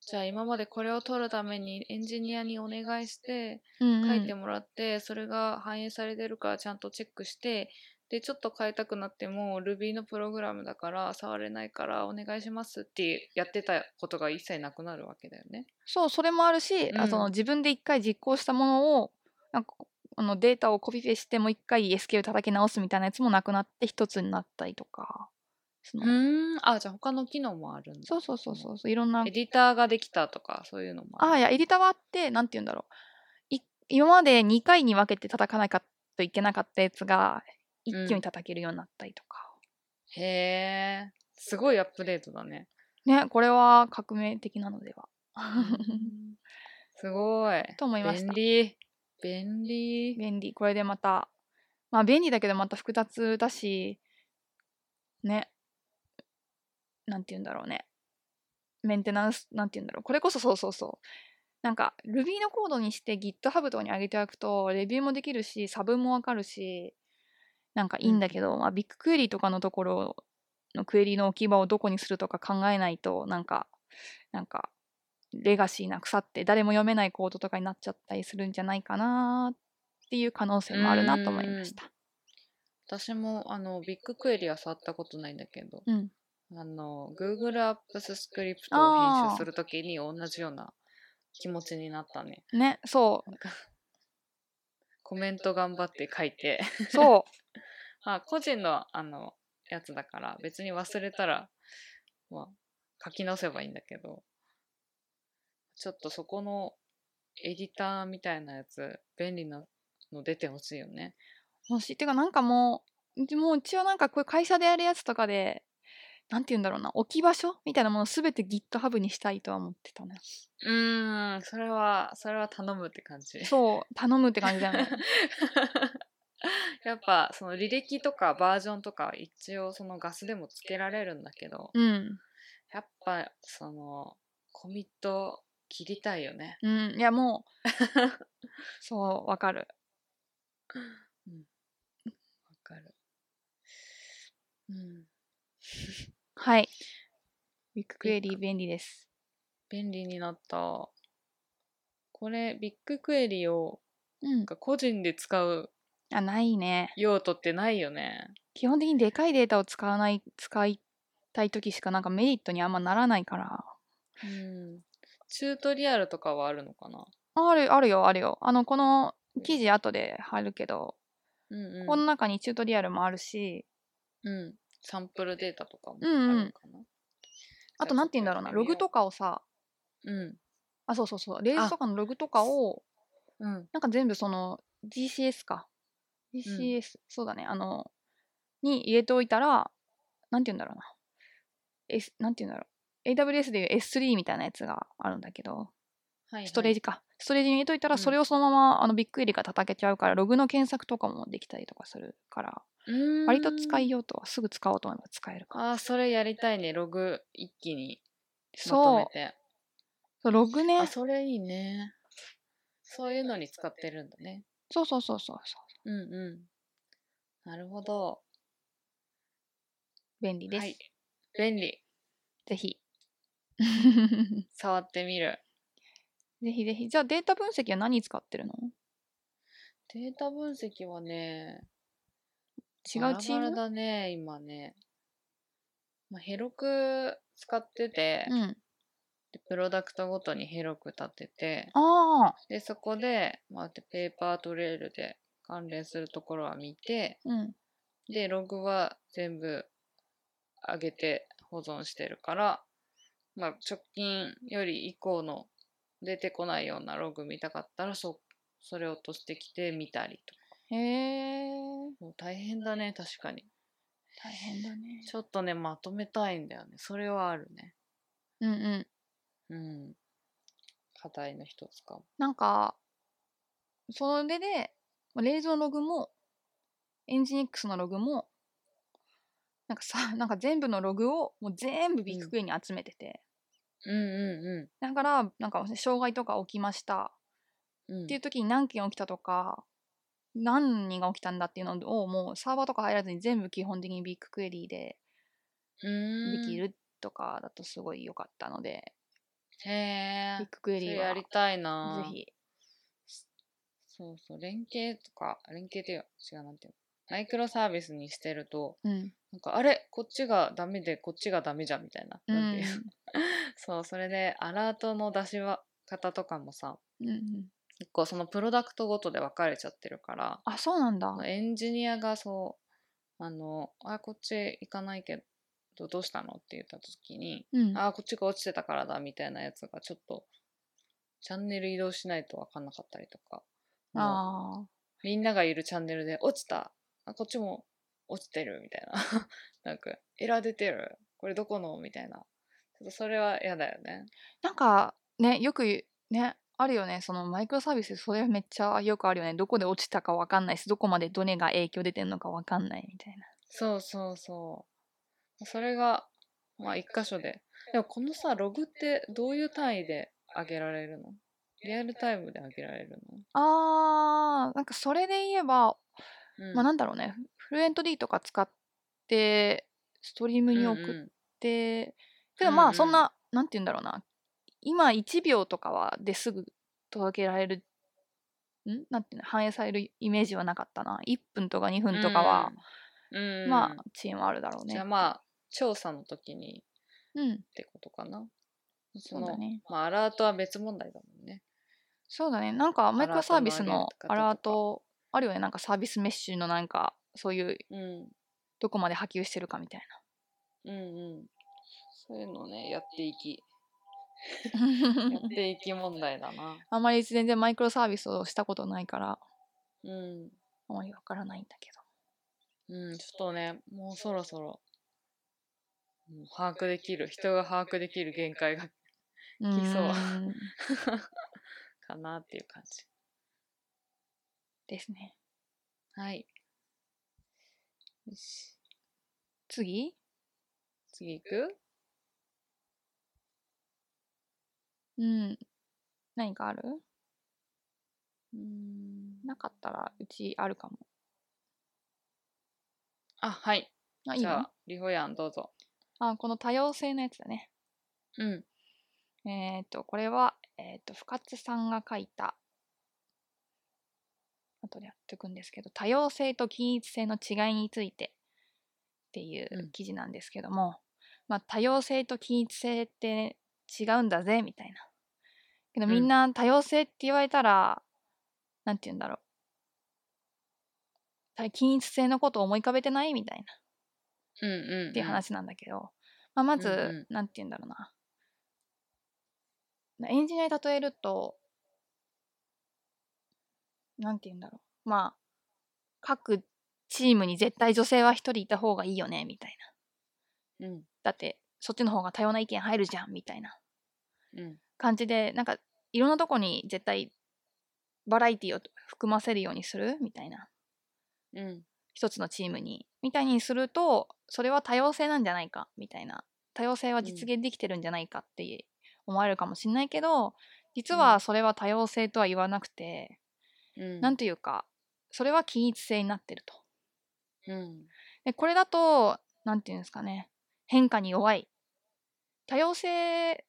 Speaker 2: じゃあ今までこれを取るためにエンジニアにお願いして
Speaker 1: うんうん
Speaker 2: 書いてもらって、それが反映されてるかちゃんとチェックしてでちょっと変えたくなっても Ruby のプログラムだから触れないからお願いしますってやってたことが一切なくなるわけだよね。
Speaker 1: そうそれもあるし、あ
Speaker 2: うん
Speaker 1: その自分で一回実行したものをなんかあのデータをコピペしてもう一回 SQL 叩き直すみたいなやつもなくなって一つになったりとかその
Speaker 2: うんあじゃあ他の機能もあるんだ
Speaker 1: そうそうそうそうそういろんな
Speaker 2: エディターができたとかそういうのも
Speaker 1: ああ、い
Speaker 2: る
Speaker 1: や、エディターはあって、なんて言うんだろう。い今まで2回に分けて叩かなかといけなかったやつが、一
Speaker 2: うん
Speaker 1: 気に叩けるようになったりとか。
Speaker 2: へえすごいアップデート だね。
Speaker 1: ね、これは革命的なのでは。
Speaker 2: すごい。
Speaker 1: と思いまし
Speaker 2: 便
Speaker 1: た。
Speaker 2: 利便利
Speaker 1: 便利。これでまた、まあ便利だけどまた複雑だし、ね、なんて言うんだろうね。メンテナンス、なんて言うんだろう。これこそそうそうそう。なんか Ruby のコードにして GitHub とかに上げておくとレビューもできるし差分もわかるしなんかいいんだけど、まあ、ビッグクエリとかのところのクエリの置き場をどこにするとか考えないとなんかなんかレガシーな腐って誰も読めないコードとかになっちゃったりするんじゃないかなっていう可能性もあるなと思いました。
Speaker 2: 私もあのビッグクエリは触ったことないんだけど
Speaker 1: うん、
Speaker 2: あの、Google Apps スクリプトを編
Speaker 1: あー
Speaker 2: 集するときに同じような気持ちになったね。
Speaker 1: ねそ
Speaker 2: なんかコメント頑張って書いて、
Speaker 1: うそう
Speaker 2: まあ、個人の、あの、やつだから、別に忘れたら、まあ、書き直せばいいんだけど、ちょっとそこのエディターみたいなやつ、便利なの出てほしいよね。
Speaker 1: 欲しい。てかなんかもう、うちもううちはなんかこういう会社でやるやつとかで、なんて言うんだろうな、置き場所みたいなものすべて GitHub にしたいとは思ってたね。
Speaker 2: うーん、それは、それは頼むって感じ。
Speaker 1: そう、頼むって感じだよね。
Speaker 2: やっぱその履歴とかバージョンとか一応そのガスでもつけられるんだけど、
Speaker 1: うん。
Speaker 2: やっぱそのコミット切りたいよね。
Speaker 1: うん。いや、もう、そう、わかる。
Speaker 2: わかる。うん。
Speaker 1: はい。ビッグクエリー便利です。
Speaker 2: 便利になった。これビッグクエリを
Speaker 1: うん
Speaker 2: なん。か個人で使う
Speaker 1: あ、ないね。
Speaker 2: 用途ってないよね。
Speaker 1: 基本的にでかいデータを使わない、使いたい時しかなんかメリットにあんまならないから。
Speaker 2: うん。チュートリアルとかはあるのかな
Speaker 1: ある、あるよ、あるよ。あの、この記事後で貼るけど、
Speaker 2: うんうん。
Speaker 1: この中にチュートリアルもあるし、
Speaker 2: うん、サンプルデータとかもあ
Speaker 1: うんうん
Speaker 2: るのかな。
Speaker 1: あとなんて言うんだろうな、ログと
Speaker 2: か。
Speaker 1: かをさ、
Speaker 2: うん。
Speaker 1: あ、そうそうそう、レース
Speaker 2: あ
Speaker 1: とかのログとかを、
Speaker 2: うん。
Speaker 1: なんか全部その GCS か。GCS、そうだね、あの、に入れておいたら、なんて言うんだろうな。S、なんて言うんだろう。AWS でいう S3 みたいなやつがあるんだけど、
Speaker 2: はい、
Speaker 1: ストレージ。か。ストレージに入れといた
Speaker 2: う
Speaker 1: ら、
Speaker 2: ん
Speaker 1: それをそのまま、あのビッグエリが叩けちゃうから、ログの検索とかもできたりとかするから、
Speaker 2: うん。
Speaker 1: 割と使い。ようとはすぐ使おうと思えば使えるか。
Speaker 2: ああ、それやりたいね。ログ一気にまと
Speaker 1: そう
Speaker 2: め。て。
Speaker 1: そうログね
Speaker 2: あ、。それいいね。そういうのに使ってるんだね。
Speaker 1: そうそうそうそうそう。
Speaker 2: うんうん。なるほど。
Speaker 1: 便利です。
Speaker 2: はい。便利。
Speaker 1: ぜ ひ。
Speaker 2: 触ってみる。
Speaker 1: ぜひぜひ。じゃあデータ分析は何使ってるの
Speaker 2: データ分析はね、
Speaker 1: 違うチーム
Speaker 2: バラバラだね、今ね。まあ、ヘロク使ってて、
Speaker 1: うん。
Speaker 2: でプロダクトごとに広く立てて
Speaker 1: ああ。
Speaker 2: でそこで、まあ、でペーパートレールで関連するところは見て
Speaker 1: うん。
Speaker 2: でログは全部上げて保存してるから、まあ、直近より以降の出てこないようなログ見たかったらそそれを落としてきて見たりとか
Speaker 1: へえ。
Speaker 2: もう大変だね確かに
Speaker 1: 大変だね。
Speaker 2: ちょっとねまとめたいんだよねそれはあるね
Speaker 1: うんうん。
Speaker 2: うん課題の一つかも
Speaker 1: なんか、それで、まあレイズのログも、エンジニックスのログも、なんかさ、 なんか全部のログをもう全部ビッグクエに集めてて、
Speaker 2: うんう
Speaker 1: だから、なんか障害とか起きました
Speaker 2: んうんうん
Speaker 1: っていう時に何件起きたとか、何人が起きたんだっていうのをもうサーバーとか入らずに全部基本的にビッグクエリーでで
Speaker 2: で
Speaker 1: きるとかだとすごい良かったので、
Speaker 2: へ
Speaker 1: ビッ
Speaker 2: え。
Speaker 1: グクエ
Speaker 2: そ
Speaker 1: リ
Speaker 2: れ
Speaker 1: ー
Speaker 2: や
Speaker 1: は
Speaker 2: り
Speaker 1: ぜ
Speaker 2: たいな。。
Speaker 1: ひ。
Speaker 2: そうそう、連携とか、連携でよ。違う、なんていうの。マイクロサービスにしてると、
Speaker 1: うん。
Speaker 2: なんか、あれこっちがダメで、こっちがダメじゃん、みたいな。
Speaker 1: う
Speaker 2: なんて
Speaker 1: ん
Speaker 2: いう のそう、それで、アラートの出しは方とかもさ、
Speaker 1: うん。
Speaker 2: 結構そのプロダクトごとで分かれちゃってるから、
Speaker 1: あ、そうなんだ。
Speaker 2: エンジニアがそう、あの、あ、こっち行かないけど、どうしたのって言った時に、
Speaker 1: うん。
Speaker 2: あーこっちが落ちてたからだみたいなやつがちょっとチャンネル移動しないと分かんなかったりとかも
Speaker 1: あ
Speaker 2: うみんながいるチャンネルで落ちたあこっちも落ちてるみたいな なんかエラー出てるこれどこのみたいなちょっとそれは嫌だよね
Speaker 1: ーなんかねよく言うねあるよねそのマイクロサービスそれめっちゃよくあるよねどこで落ちたかわかんないしどこまでどれが影響出てるのかわかんないみたいな
Speaker 2: そうそうそうそれがまあ一箇所ででもこのさログってどういう単位で上げられるのリアルタイムで上げられるの、
Speaker 1: あーなんかそれで言えば、
Speaker 2: うん
Speaker 1: まあなんだろうねフルエント D とか使ってストリームに送
Speaker 2: うん
Speaker 1: っ
Speaker 2: うん
Speaker 1: て、けどま
Speaker 2: うんう
Speaker 1: あ
Speaker 2: ん
Speaker 1: そんな、なんて言うんだろうな今1秒とかはですぐ届けられるんなんていうの反映されるイメージはなかったな1分とか2分とかは、、
Speaker 2: うんうんうん
Speaker 1: まあチームあるだろうね
Speaker 2: じゃあまあ調査の時に
Speaker 1: うん
Speaker 2: ってことかな
Speaker 1: そうだ
Speaker 2: の
Speaker 1: ね
Speaker 2: まあアラートは別問題だもんね
Speaker 1: そうだね。なんかマイクロサービスのア
Speaker 2: アラ
Speaker 1: ラ
Speaker 2: ー
Speaker 1: ー
Speaker 2: トの
Speaker 1: トあるよね。なんかサービスメッシュのなんかそういう
Speaker 2: うん
Speaker 1: どこまで波及してるかみたい
Speaker 2: うんうんそういうのねやっていき や
Speaker 1: な
Speaker 2: っ。ていき問題だな
Speaker 1: あんまり全然マイクロサービスをしたことないから
Speaker 2: うん
Speaker 1: あまりわからないんだけど。
Speaker 2: うんちょっとねもうそろそろもう把握できる人が把握できる限界がきそう
Speaker 1: ーん
Speaker 2: かなっていう感じ
Speaker 1: ですね。
Speaker 2: はいよし
Speaker 1: 次
Speaker 2: 次行く
Speaker 1: うん。何かある
Speaker 2: うん
Speaker 1: なかったらうちあるかも。
Speaker 2: あはい
Speaker 1: あ、いい
Speaker 2: じゃ
Speaker 1: よ
Speaker 2: あ。リホヤンどうぞ
Speaker 1: あ、この多様性のやつだね。
Speaker 2: うん
Speaker 1: えっ、と、これは、えっ、と、深津さんが書いた、後でやっていくんですけど、多様性と均一性の違いについてっていううん記事なんですけども、まあ、多様性と均一性って違うんだぜ、みたいな。けど、
Speaker 2: うん
Speaker 1: みんな多様性って言われたら、なんて言うんだろう。た均一性のことを思い浮かべてないみたいな。
Speaker 2: うんうん、うん、
Speaker 1: っていう話なんだけど、まあ、まず、
Speaker 2: うんう
Speaker 1: なんて言うんだろうななエンジニアに例えるとなんて言うんだろうまあ各チームに絶対女性は一人いた方がいいよねみたいな
Speaker 2: うん
Speaker 1: だってそっちの方が多様な意見入るじゃんみたいな
Speaker 2: うん
Speaker 1: 感じでなんかいろんなとこに絶対バラエティを含ませるようにするみたいな
Speaker 2: うん
Speaker 1: 一つのチームにみたいにするとそれは多様性なんじゃないかみたいな多様性は実現できてるんじゃないかって思われるかもしれないけど実
Speaker 2: うん
Speaker 1: はそれは多様性とは言わなくて、
Speaker 2: うん
Speaker 1: なんというかそれは均一性になってると。
Speaker 2: うん
Speaker 1: でこれだとなんていうんですかね変化に弱い多様性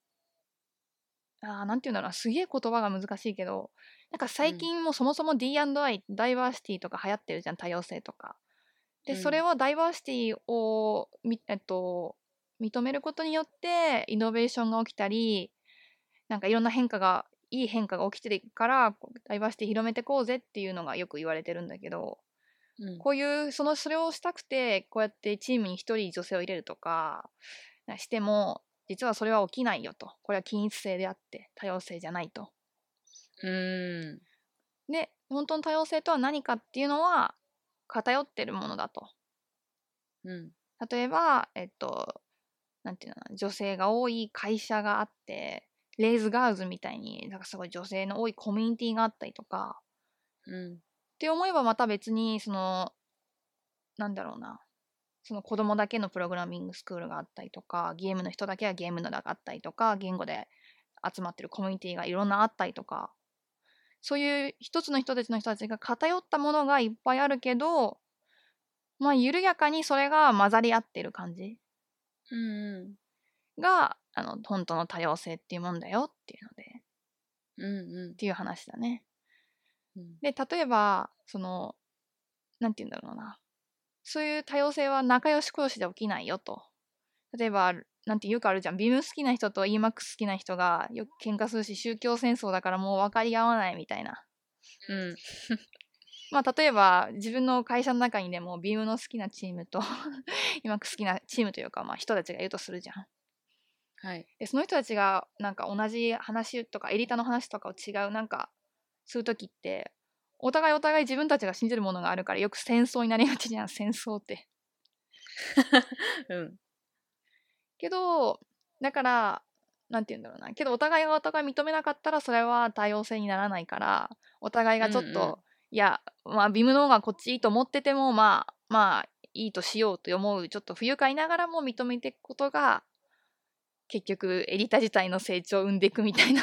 Speaker 1: あーなんていうんだろうなすげえ言葉が難しいけどなんか最近もうそもそも D&I ダイバーシティとか流行ってるじゃん多様性とか。で
Speaker 2: うん
Speaker 1: それをダイバーシティをみ、えっと、認めることによってイノベーションが起きたりなんかいろんな変化がいい変化が起きてるからこうダイバーシティ広めてこうぜっていうのがよく言われてるんだけど
Speaker 2: うん
Speaker 1: こういうそのそれをしたくてこうやってチームに一人女性を入れるとかなしても実はそれは起きないよとこれは均一性であって多様性じゃないと。
Speaker 2: うん
Speaker 1: で本当の多様性とは何かっていうのは偏ってるものだと。
Speaker 2: うん
Speaker 1: 例えばえっとなんていうのかな女性が多い会社があってレイズガールズみたいになんかすごい女性の多いコミュニティがあったりとか
Speaker 2: うん
Speaker 1: って思えばまた別にそのなんだろうなその子供だけのプログラミングスクールがあったりとかゲームの人だけはゲームのがあったりとか言語で集まってるコミュニティがいろんなあったりとかそういう一つの人たちの人たちが偏ったものがいっぱいあるけどまあ緩やかにそれが混ざり合ってる感じ
Speaker 2: うん
Speaker 1: があの本当の多様性っていうもんだよっていうのでっ
Speaker 2: うん
Speaker 1: ていう話だね。
Speaker 2: うん
Speaker 1: で例えばそのなんて言うんだろうなそういう多様性は仲良しこよしで起きないよと例えばなんてよくあるじゃんビーム好きな人と EMAX 好きな人がよく喧嘩するし宗教戦争だからもう分かり合わないみたいな
Speaker 2: うん
Speaker 1: まあ例えば自分の会社の中にでもビームの好きなチームと EMAX 好きなチームというか、まあ、人たちがいるとするじゃん
Speaker 2: はい
Speaker 1: でその人たちがなんか同じ話とかエリータの話とかを違うなんかする時ってお互いお互い自分たちが信じるものがあるからよく戦争になりがちじゃん 戦争って。
Speaker 2: うん
Speaker 1: けどだからなんて言うんだろうなけどお互いがお互い認めなかったらそれは多様性にならないからお互いがちょっと、
Speaker 2: うんうん
Speaker 1: いやまあビムの方がこっちいいと思っててもまあまあいいとしようと思うちょっと不愉快ながらも認めていくことが結局エリータ自体の成長を生んでいくみたいな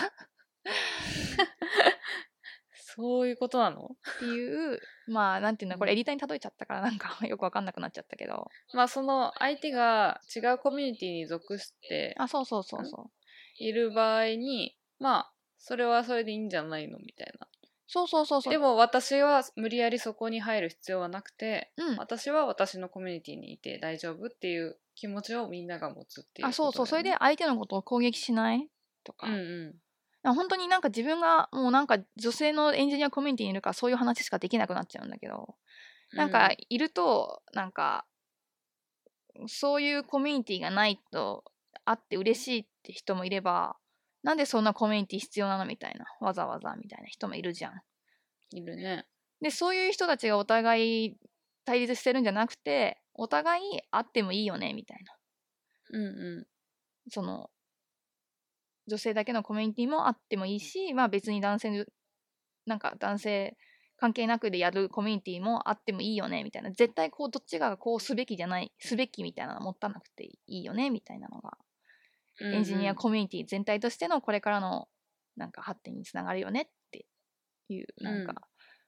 Speaker 2: そういうことなの
Speaker 1: っていうまあなんていうんだこれ
Speaker 2: う
Speaker 1: エリータに例えちゃったからなんか よくわかんなくなっちゃったけど
Speaker 2: まあその相手が違うコミュニティに属して
Speaker 1: あそうそうそうそう
Speaker 2: いる場合にまあそれはそれでいいんじゃないのみたいな
Speaker 1: そうそうそうそう
Speaker 2: でも私は無理やりそこに入る必要はなくて
Speaker 1: うん
Speaker 2: 私は私のコミュニティにいて大丈夫っていう気持ちをみんなが持つっていう
Speaker 1: あそうそうそれで相手のことを攻撃しないと
Speaker 2: そ
Speaker 1: か、
Speaker 2: れで
Speaker 1: だか
Speaker 2: うんう
Speaker 1: ら本当になんか自分がもうなんか女性のエンジニアコミュニティにいるからそういう話しかできなくなっちゃうんだけど
Speaker 2: ん
Speaker 1: なんかいるとなんかそういうコミュニティがないとあって嬉しいって人もいればなんでそんなコミュニティ必要なのみたいなわざわざみたいな人もいるじゃん。
Speaker 2: いるね
Speaker 1: でそういう人たちがお互い対立してるんじゃなくてお互いあってもいいよねみたいな
Speaker 2: うんう
Speaker 1: その女性だけのコミュニティもあってもいいしまあ別に男性なんか男性関係なくでやるコミュニティもあってもいいよねみたいな絶対こうどっちがこうすべきじゃないすべきみたいなのもったなくていいよねみたいなのが
Speaker 2: うん
Speaker 1: エンジニ
Speaker 2: う
Speaker 1: ア
Speaker 2: ん
Speaker 1: コミュニティ全体としてのこれからのなんか発展につながるよねっていうなんか、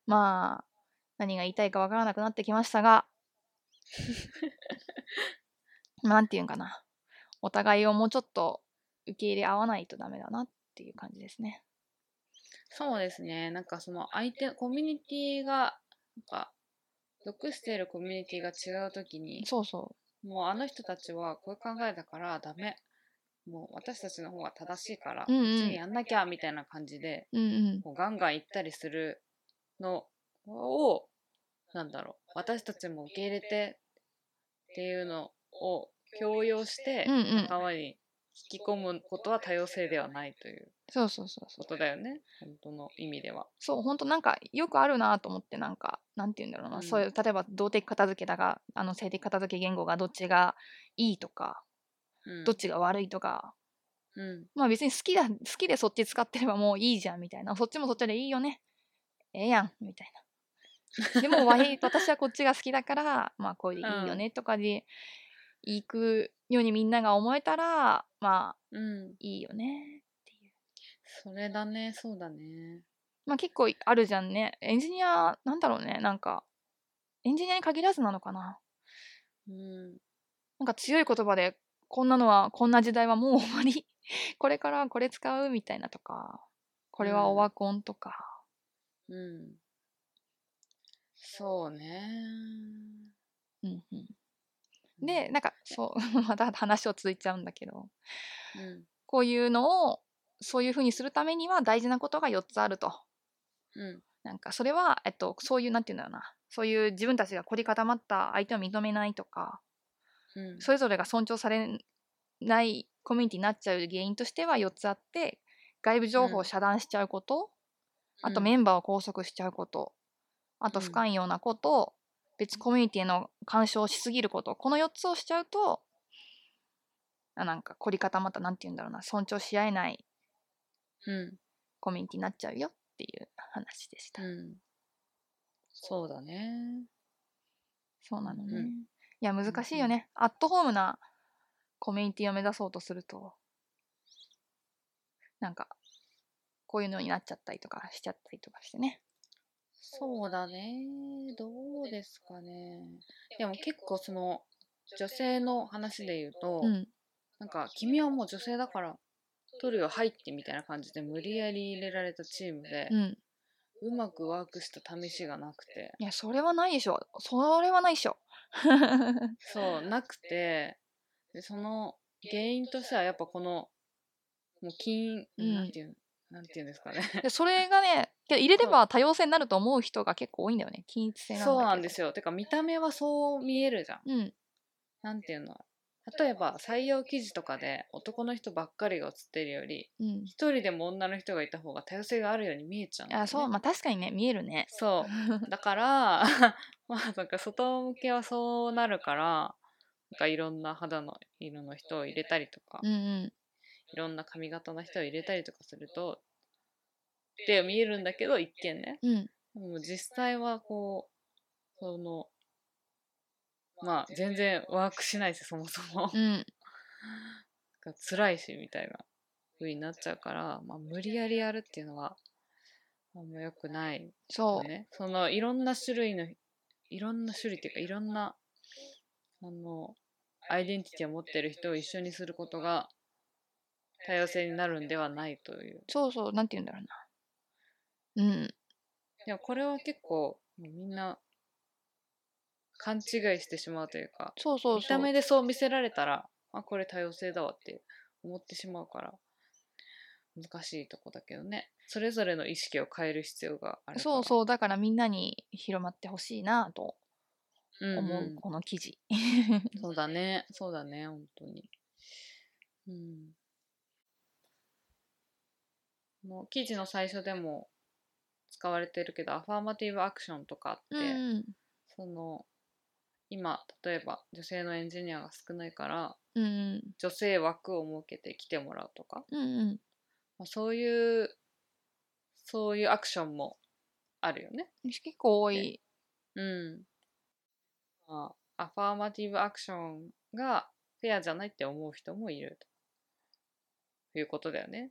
Speaker 2: うん
Speaker 1: まあ何が言いたいかわからなくなってきました がなんていうんかなお互いをもうちょっと受け入れ合わないとダメだなっていう感じですね。
Speaker 2: そうですね。なんかその相手、コミュニティが、なんか、属しているコミュニティが違うときに、
Speaker 1: そうそう
Speaker 2: もうあの人たちはこういう考えだからダメ。もう私たちの方が正しいから、
Speaker 1: うんうん
Speaker 2: こっちにやんなきゃみたいな感じで、
Speaker 1: うんうん
Speaker 2: こうガンガン行ったりするのを、なんだろう、私たちも受け入れてっていうのを強要して
Speaker 1: う、んうん
Speaker 2: 仲間に引き込むことは多様性ではないという
Speaker 1: そうそうそうそ
Speaker 2: こ
Speaker 1: う
Speaker 2: とだよね。本当の意味では。
Speaker 1: そう本当なんかよくあるなと思ってなんかなんて言うんだろうな、
Speaker 2: うん
Speaker 1: そういう例えば動的片付けだがあの性的片付け言語がどっちがいいとか
Speaker 2: うん
Speaker 1: どっちが悪いとか、
Speaker 2: うん。
Speaker 1: まあ別に好きだ 好きでそっち使ってればもういいじゃんみたいなそっちもそっちでいいよねええやんみたいなでもわい私はこっちが好きだからまあこれでいいよねとかで行くようにみんなが思えたらまあ
Speaker 2: うん。
Speaker 1: いいよねっていう
Speaker 2: それだね、そうだね。
Speaker 1: まあ結構あるじゃんねエンジニアなんだろうねなんかエンジニアに限らずなのかな
Speaker 2: うん。
Speaker 1: なんか強い言葉でこんなのはこんな時代はもう終わりこれからはこれ使うみたいなとかこれはオワコンとか、
Speaker 2: うん。そうね。
Speaker 1: うんうん、で、なんかそう また話を続いちゃうんだけど
Speaker 2: うん。
Speaker 1: こういうのをそういうふうにするためには大事なことが4つあると
Speaker 2: うん。
Speaker 1: なんかそれは、えっと、そういうなんていうんだろうなそういう自分たちが凝り固まった相手を認めないとか
Speaker 2: うん。
Speaker 1: それぞれが尊重されないコミュニティになっちゃう原因としては4つあって外部情報
Speaker 2: う
Speaker 1: を
Speaker 2: ん
Speaker 1: 遮断しちゃうこと、あと
Speaker 2: うん
Speaker 1: メンバーを拘束しちゃうこと、あと
Speaker 2: うん
Speaker 1: 不寛容なこと、別コミュニティへの干渉しすぎること、この4つをしちゃうと、あなんか凝り固まった、なんて言うんだろうな、尊重し合えない
Speaker 2: うん。
Speaker 1: コミュニティになっちゃうよっていう話でした。
Speaker 2: うん。そうだね。
Speaker 1: そうなのね。
Speaker 2: うん
Speaker 1: いや、難しいよね。アットホームなコミュニティを目指そうとすると、なんか、こういうのになっちゃったりとかしちゃったりとかしてね。
Speaker 2: そうだね。どうですかね。でも結構その、女性の話で言うと、
Speaker 1: うん。
Speaker 2: なんか、君はもう女性だから、トリオ入ってみたいな感じで無理やり入れられたチームで
Speaker 1: う、ん。
Speaker 2: うまくワークした試しがなくて、
Speaker 1: いや、それはないでしょ。それはないでしょ。
Speaker 2: そう、なくて、でその原因としてはやっぱこの、もう金、
Speaker 1: うん
Speaker 2: なんていう、なんていうんですかね。
Speaker 1: でそれがねけど入れれば多様性になると思う人が結構多いんだよね均 一性なんだけど
Speaker 2: そうなんですよ。てか見た目はそう見えるじゃん。
Speaker 1: うん
Speaker 2: なんていうの例えば採用記事とかで男の人ばっかりが写ってるより、
Speaker 1: うん
Speaker 2: 一人でも女の人がいた方が多様性があるように見えちゃうんだよね、
Speaker 1: あそうまあ確かにね見えるね
Speaker 2: そ うだから、 まあなんか外向けはそうなるから、なんかいろんな肌の色の人を入れたりとか、
Speaker 1: うんうん
Speaker 2: いろんな髪型の人を入れたりとかすると、って見えるんだけど、一見ね。
Speaker 1: うん
Speaker 2: でも実際はこう、その、まあ全然ワークしないし、そもそも。
Speaker 1: うん
Speaker 2: が辛いし、みたいな風になっちゃうから、まあ無理やりやるっていうのは、あんま良くない
Speaker 1: そう、
Speaker 2: ね、そのいろんな種類のいろんな種類っていうかいろんなあのアイデンティティを持ってる人を一緒にすることが多様性になるんではないという
Speaker 1: そうそうなんて言うんだろうなうん
Speaker 2: でもこれは結構もうみんな勘違いしてしまうというか
Speaker 1: そうそうそう
Speaker 2: 見た目でそう見せられたらあこれ多様性だわって思ってしまうから難しいとこだけどねそれぞれの意識を変える必要がある
Speaker 1: そうそうだからみんなに広まってほしいなと
Speaker 2: うんうん、
Speaker 1: 思う、この記事
Speaker 2: そうだね、そうだね、本当に。うん。もう記事の最初でも使われてるけど、アファーマティブアクションとかあって、
Speaker 1: うん
Speaker 2: その、今、例えば女性のエンジニアが少ないから、
Speaker 1: うんうん
Speaker 2: 女性枠を設けて来てもらうとか、
Speaker 1: うんうん
Speaker 2: まあ、そういう、そういうアクションもあるよね。
Speaker 1: 結構多い。
Speaker 2: うん。まあ、アファーマティブアクションがフェアじゃないって思う人もいるということだよね。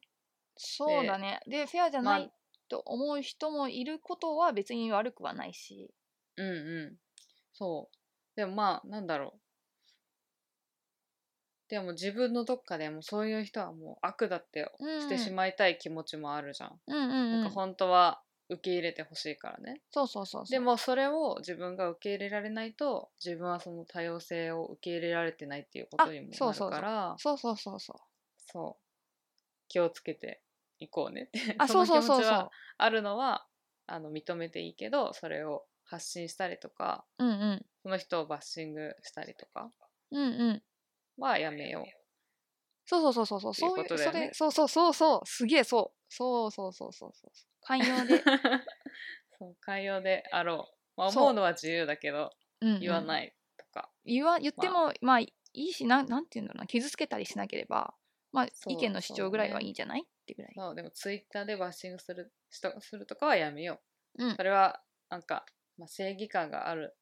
Speaker 1: そうだね。で、フェアじゃ
Speaker 2: まあ
Speaker 1: ないと思う人もいることは別に悪くはないし。
Speaker 2: うんうん。そう。でもまあ、なんだろう。でも自分のどっかでもそういう人はもう悪だって
Speaker 1: うん
Speaker 2: してしまいたい気持ちもあるじゃん。
Speaker 1: うんうんう
Speaker 2: なん
Speaker 1: ん
Speaker 2: か。本当は受け入れてほしいからね。
Speaker 1: そうそうそうそう。
Speaker 2: で、もそれを自分が受け入れられないと自分はその多様性を受け入れられてないっていうことにも
Speaker 1: そ
Speaker 2: な
Speaker 1: うそうそう
Speaker 2: るから
Speaker 1: そうそうそうそう。
Speaker 2: そう気をつけていこうねって
Speaker 1: あ、
Speaker 2: そ
Speaker 1: そ
Speaker 2: の
Speaker 1: うそうそう
Speaker 2: 気持ち
Speaker 1: そう
Speaker 2: は。あるのはあの認めていいけどそれを発信したりとか
Speaker 1: うんうん。
Speaker 2: その人をバッシングしたりとか
Speaker 1: うんうん。
Speaker 2: はやめよ
Speaker 1: そうそうそうそうそう。そうい、
Speaker 2: っていううことだ
Speaker 1: そ
Speaker 2: よね
Speaker 1: れ、そうそうそうそう。すげえそう。そうそうそうそうそう。寛容
Speaker 2: う
Speaker 1: で。
Speaker 2: そう寛容であろう、まあ、
Speaker 1: そう
Speaker 2: 思うのは自由だけど
Speaker 1: うんうん
Speaker 2: 言わないとか、
Speaker 1: 言わ言って
Speaker 2: ま
Speaker 1: も、まあいいしなんなんていうんだろうな傷つけたりしなければ、まあ、
Speaker 2: そう
Speaker 1: 意見の主張ぐらい
Speaker 2: そう
Speaker 1: は
Speaker 2: ね
Speaker 1: いいんじゃないってぐらい。
Speaker 2: そうでもツイッターでバッシングするしとするとかはやめよう
Speaker 1: うん
Speaker 2: それはなんか、まあ、正義感がある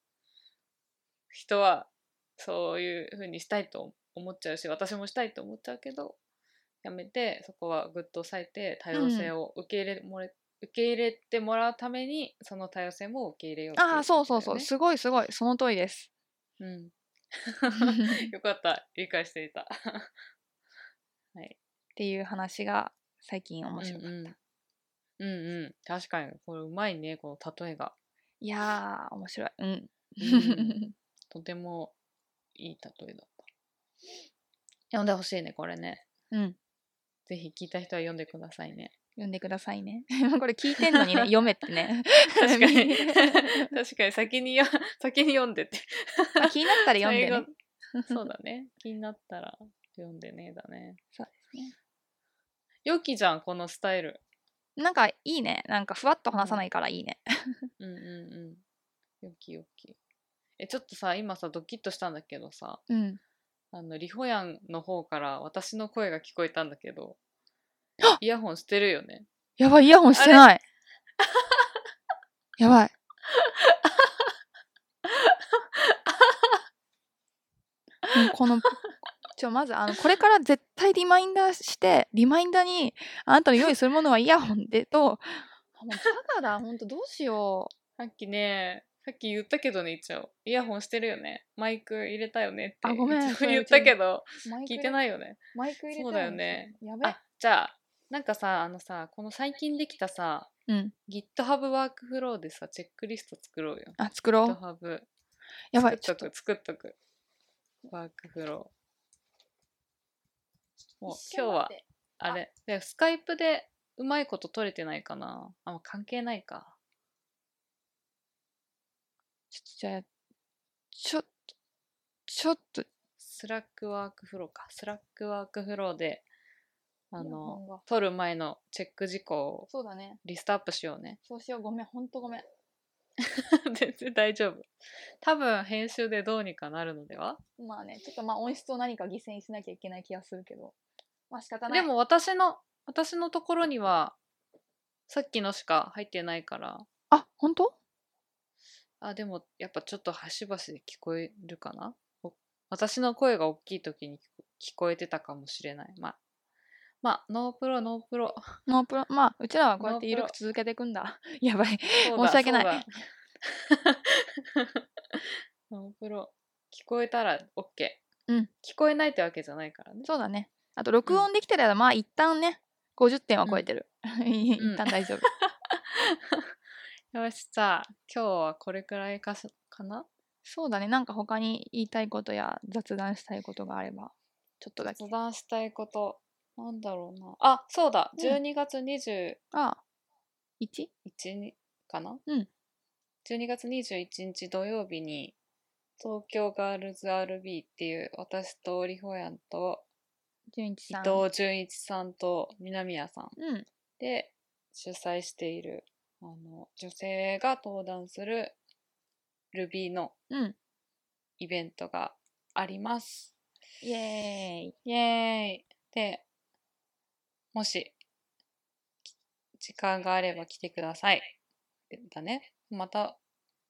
Speaker 2: 人はそういうふうにしたいと思っちゃうし私もしたいと思っちゃうけどやめてそこはぐっと抑えて多様性を受け入れもれ、受け入れてもらうためにその多様性も受け入れようってい
Speaker 1: ああそうそうそう、
Speaker 2: ことだよね
Speaker 1: すごいすごいその通りです。
Speaker 2: うん、 よかった理解していた
Speaker 1: っていう話が最近面白かった。
Speaker 2: うんうんうんうん確かにこれうまいねこの例えが、
Speaker 1: いやー面白い。うん。
Speaker 2: うん とてもいい例えだった読んでほしいねこれね
Speaker 1: うん
Speaker 2: ぜひ聞いた人は読んでください ね。
Speaker 1: 読んでください ね。これ聞いてんの にね読めってね。
Speaker 2: 確かに。 確かに先によ 先に読んでって。
Speaker 1: まあ気になったら読んでね。
Speaker 2: 最 後そうだね。気になったら読んでねだね。
Speaker 1: そうですね。
Speaker 2: 良きじゃんこのスタイル。
Speaker 1: なんかいいね。なんかふわっと話さないからいいね。
Speaker 2: うんうんうん。良き良き。えちょっとさ今さドキッとしたんだけどさ
Speaker 1: うん。
Speaker 2: あのリホヤンの方から私の声が聞こえたんだけ どイヤホンしてるよね。
Speaker 1: やばいイヤホンしてない。やば い。もうこのちょまずあのこれから絶対リマインダーしてリマインダーにあなたの用意するものはイヤホンでともうバカだ本当どうしよ
Speaker 2: さっきねさっき言ったけどね一応イヤホンしてるよねマイク入れたよねって
Speaker 1: あごめん
Speaker 2: 一応
Speaker 1: それ
Speaker 2: 言ったけど
Speaker 1: うマイク
Speaker 2: 聞いてないよね
Speaker 1: マイク入れた
Speaker 2: そうだよね
Speaker 1: やべ
Speaker 2: あじゃあなんかさあのさこの最近できたさ
Speaker 1: うん
Speaker 2: GitHub ワークフローでさチェックリスト作ろうよ
Speaker 1: あ作ろう
Speaker 2: GitHub
Speaker 1: やばいち
Speaker 2: 作
Speaker 1: ょ
Speaker 2: っ
Speaker 1: っと
Speaker 2: とく作っとくワークフローもう
Speaker 1: 一
Speaker 2: 今
Speaker 1: 瞬
Speaker 2: 日は
Speaker 1: 待って
Speaker 2: あれでスカイプでうまいこと取れてないかなあもう関係ないか
Speaker 1: ちょっとじゃあちょっとちょっと
Speaker 2: スラックワークフローかスラックワークフローであ
Speaker 1: イヤホ
Speaker 2: の
Speaker 1: ンが
Speaker 2: 取る前のチェック事項を
Speaker 1: そうだね
Speaker 2: リストアップしようね
Speaker 1: そうしようごめん本当ごめん
Speaker 2: 全然大丈夫多分編集でどうにかなるのでは
Speaker 1: まあね、ちょっとまあ音質を何か犠牲にしなきゃいけない気がするけど。まあ仕方ない。
Speaker 2: で、も私の私のところにはさっきのしか入ってないから
Speaker 1: あ、本当
Speaker 2: あでもやっぱちょっと端々で聞こえるかなお私の声が大きい時に聞こえてたかもしれないまあまあノープロノープロ
Speaker 1: ノープロ、まあ、うちらはこうやって
Speaker 2: ノープ
Speaker 1: 緩
Speaker 2: ロ
Speaker 1: く続けていくんだ。 やばい。
Speaker 2: そうだ
Speaker 1: 申し訳ない
Speaker 2: そうだノープロ聞こえたら OK、
Speaker 1: うん
Speaker 2: 聞こえないってわけじゃないからね
Speaker 1: そうだね。あと、録音できてるやら、まあ、一旦ね、50点は超えてる。 一旦大丈夫。
Speaker 2: よしじゃあ今日はこれくらいかしかな
Speaker 1: そうだね。なんか他に言いたいことや雑談したいことがあれば、ちょっとだけ
Speaker 2: 相。談したいことなんだろうなあそうだ
Speaker 1: うん
Speaker 2: 12月21
Speaker 1: あ、1?
Speaker 2: 日かな、
Speaker 1: うん
Speaker 2: 12月21日土曜日に東京ガールズ RB っていう私とリホヤンと
Speaker 1: 純一
Speaker 2: 伊
Speaker 1: さん。
Speaker 2: 藤純一さんと南谷さん
Speaker 1: うん。
Speaker 2: で主催しているあの女性が登壇する Ruby の
Speaker 1: うん。
Speaker 2: イベントがあります。
Speaker 1: イエーイ。
Speaker 2: イエーイで、もし、き時間があれば来てください。けだねまた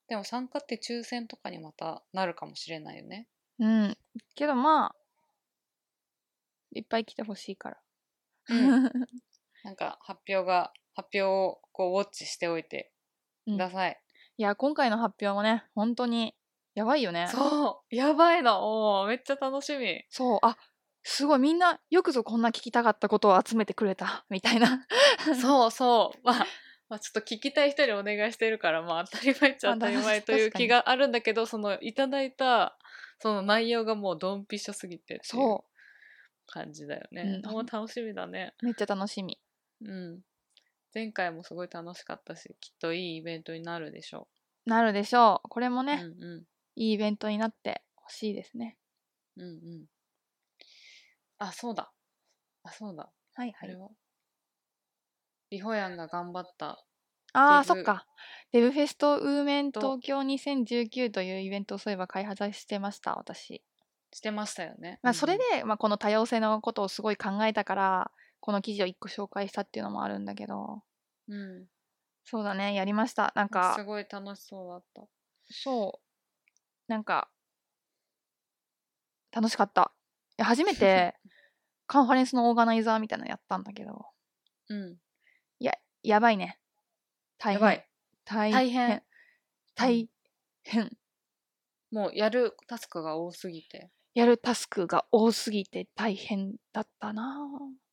Speaker 2: でも参加って抽選とかにまたなるかもしれないよね
Speaker 1: うん。けどまあ、いっぱい来てほしいから。
Speaker 2: うん なんか発表が発表をこうウォッチしておいてください、
Speaker 1: いや、今回の発表もね、本当にやばいよね。
Speaker 2: そうやばいなおーめっちゃ楽しみ
Speaker 1: そう、あすごい、みんなよくぞこんな聞きたかったことを集めてくれた、 みたいな。
Speaker 2: そうそう。まあ、まあ、ちょっと聞きたい人にお願いしてるから、まあ当たり前っちゃ当
Speaker 1: ま
Speaker 2: た
Speaker 1: あ
Speaker 2: り前という気があるんだけど、そのいただいた、その内容がもうドンピシャすぎてっていう
Speaker 1: そ
Speaker 2: 感じだよね。
Speaker 1: うん
Speaker 2: もう楽しみだね。
Speaker 1: う、めっちゃ楽しみ。
Speaker 2: うん。前回もすごい楽しかったし、きっといいイベントになるでしょ
Speaker 1: なるでしょう。これも
Speaker 2: う。
Speaker 1: ね、
Speaker 2: うんうん。
Speaker 1: いいイベントになってほしいですね。
Speaker 2: うんうん。あ、そうだ。あ、そうだ。
Speaker 1: はい
Speaker 2: あ
Speaker 1: は
Speaker 2: れ
Speaker 1: い。
Speaker 2: は、リホヤンが頑張った。
Speaker 1: ああ、
Speaker 2: デブ
Speaker 1: そっか。デブフェストウーメン
Speaker 2: と
Speaker 1: 東京2019というイベントをそういえば開発してました、私。
Speaker 2: してましたよね。
Speaker 1: まあ、
Speaker 2: うんうん
Speaker 1: それで、まあ、この多様性のことをすごい考えたから、この記事を一個紹介したっていうのもあるんだけど、
Speaker 2: うん。
Speaker 1: そうだね、やりました。なんか
Speaker 2: す、ごい楽しそうだった。
Speaker 1: そう。なんか、楽しかった。いや初め てカンファレンスのオーガナイザーみたいなのやったんだけど、
Speaker 2: うん。
Speaker 1: やばいね。大変。
Speaker 2: やばい。
Speaker 1: 大
Speaker 2: 大
Speaker 1: 変
Speaker 2: 変。
Speaker 1: 大変。
Speaker 2: もうやるタスクが多すぎて。
Speaker 1: やるタスクが多すぎて大変だったな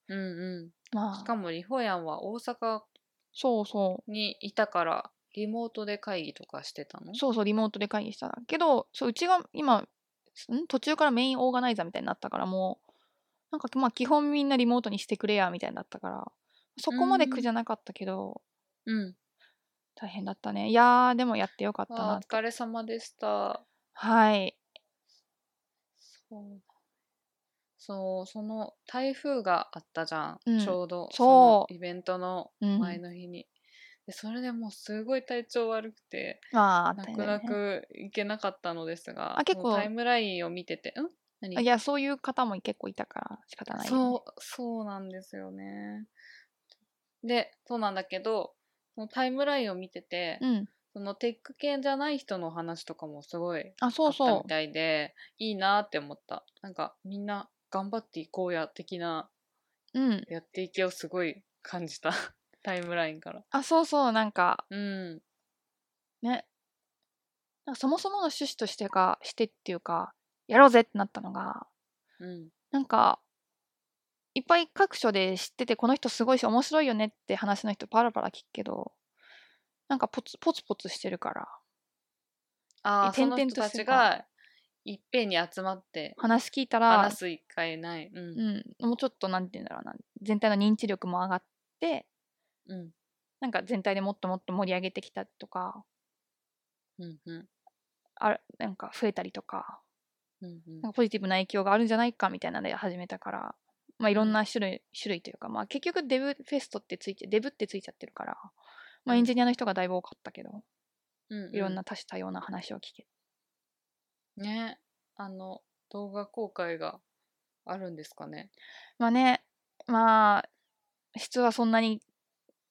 Speaker 2: うんう
Speaker 1: ぁま
Speaker 2: ん。し
Speaker 1: あ、
Speaker 2: かも、リホヤンは大阪
Speaker 1: そうそ
Speaker 2: にいたから、リモートで会議とかしてたの
Speaker 1: う。そうそう、リモートで会議したら。けど、そううちが今、ん途中からメインオーガナイザーみたいになったから、もう、なんかまあ基本みんなリモートにしてくれや、みたいになったから、そこまで苦じゃなかったけど、
Speaker 2: うん。
Speaker 1: 大変だったね。いやー、でもやってよかった
Speaker 2: あー
Speaker 1: な
Speaker 2: お
Speaker 1: って。
Speaker 2: 疲れ様でした。
Speaker 1: はい。
Speaker 2: そうそう、その台風があったじゃん。
Speaker 1: うん
Speaker 2: ちょうど、
Speaker 1: そう
Speaker 2: のイベントの
Speaker 1: うん。
Speaker 2: 前の日に。でそれでもうすごい体調悪くて、
Speaker 1: まあ、大
Speaker 2: 泣く
Speaker 1: 変
Speaker 2: 泣
Speaker 1: ね
Speaker 2: く行けなかったのですが、
Speaker 1: あ結構
Speaker 2: もうタイムラインを見てて、ん何
Speaker 1: いや、そういう方も結構いたから仕方ないよね、
Speaker 2: そうそうなんですよね。でそうなんだけどそのタイムラインを見てて、
Speaker 1: うん。
Speaker 2: そのテック系じゃない人の話とかもすごい
Speaker 1: あ、そ
Speaker 2: あ
Speaker 1: う
Speaker 2: ったみ
Speaker 1: そう。
Speaker 2: たいでいいなって思ったなんかみんな頑張っていこうや的な
Speaker 1: うん。
Speaker 2: やっていけをすごい感じた タイムラインから。
Speaker 1: あ、そうそう。なんか、
Speaker 2: うん
Speaker 1: ね。なんかそもそもの趣旨としてか、してっていうか、やろうぜってなったのが、
Speaker 2: うん
Speaker 1: なんか、いっぱい各所で知ってて、この人すごいし、面白いよねって話の人パラパラ聞くけど、なんかポツポツポツしてるから、
Speaker 2: ああ
Speaker 1: 転
Speaker 2: その
Speaker 1: 々と
Speaker 2: 人た
Speaker 1: して
Speaker 2: ち
Speaker 1: た
Speaker 2: がいっぺんに集まって
Speaker 1: 話聞いたら、
Speaker 2: 話す一回ない。うん
Speaker 1: うん、もうちょっとなんて言うんだろうな全体の認知力も上がって
Speaker 2: うん
Speaker 1: なんか全体でもっともっと盛り上げてきたりとか
Speaker 2: うんうん
Speaker 1: あるなんか増えたりとか
Speaker 2: うんうん
Speaker 1: なんかポジティブな影響があるんじゃないかみたいなので始めたから、まあ、いろんな種類種類というか、まあ、結局デブフェストってついてデブってついちゃってるから、まあ、
Speaker 2: うん
Speaker 1: エンジニアの人がだいぶ多かったけど
Speaker 2: うんうん
Speaker 1: いろんな多種多様な話を聞け
Speaker 2: ねあの動画公開があるんですかね
Speaker 1: まあねまあ質はそんなに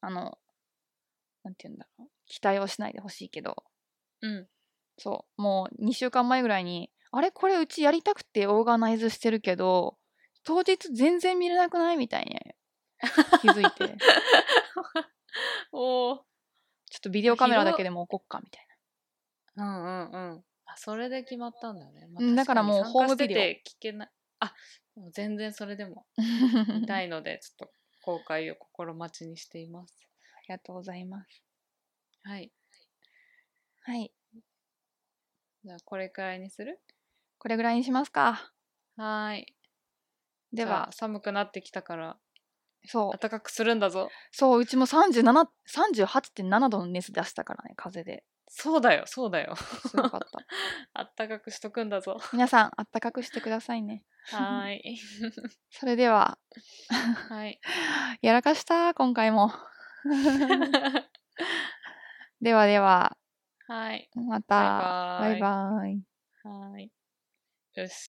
Speaker 1: あのなんて言うんだろう期待をしないでほしいけど
Speaker 2: うん
Speaker 1: そう、もう2週間前ぐらいに、あれこれうちやりたくてオーガナイズしてるけど、当日全然見れなくないみたいに気 づいて、ちょ
Speaker 2: おー
Speaker 1: っとビデオカメラだけでも置こっかみたい
Speaker 2: うんうんうんあそれで決まったんだね、まあ
Speaker 1: うんだからもう
Speaker 2: 確か
Speaker 1: ホ
Speaker 2: に
Speaker 1: ームビデオ
Speaker 2: 参加してて聞けないあもう全然それで も
Speaker 1: な。
Speaker 2: 見
Speaker 1: あ
Speaker 2: たいのでちょっと公開を心待ちにしています
Speaker 1: りがとうございます。
Speaker 2: はい
Speaker 1: はい、
Speaker 2: じゃあこれくらいにする
Speaker 1: これぐらいにしますか。
Speaker 2: はーい
Speaker 1: で
Speaker 2: じゃ
Speaker 1: は
Speaker 2: あ、寒くなってきたから
Speaker 1: そう、
Speaker 2: 暖かくするんだぞ
Speaker 1: そう、うちも37 38.7度の熱出したからね、風で。
Speaker 2: そうだよそうだよ
Speaker 1: すごかった。
Speaker 2: 暖かくしとくんだ ぞ
Speaker 1: 皆さん、あったかくしてくださいね。
Speaker 2: はーい
Speaker 1: それでは、
Speaker 2: はい
Speaker 1: やらかした、今回も。ではでは、
Speaker 2: はい
Speaker 1: ま
Speaker 2: バ
Speaker 1: た。
Speaker 2: イバー
Speaker 1: バ
Speaker 2: イ
Speaker 1: イバイ。
Speaker 2: はーい。よし。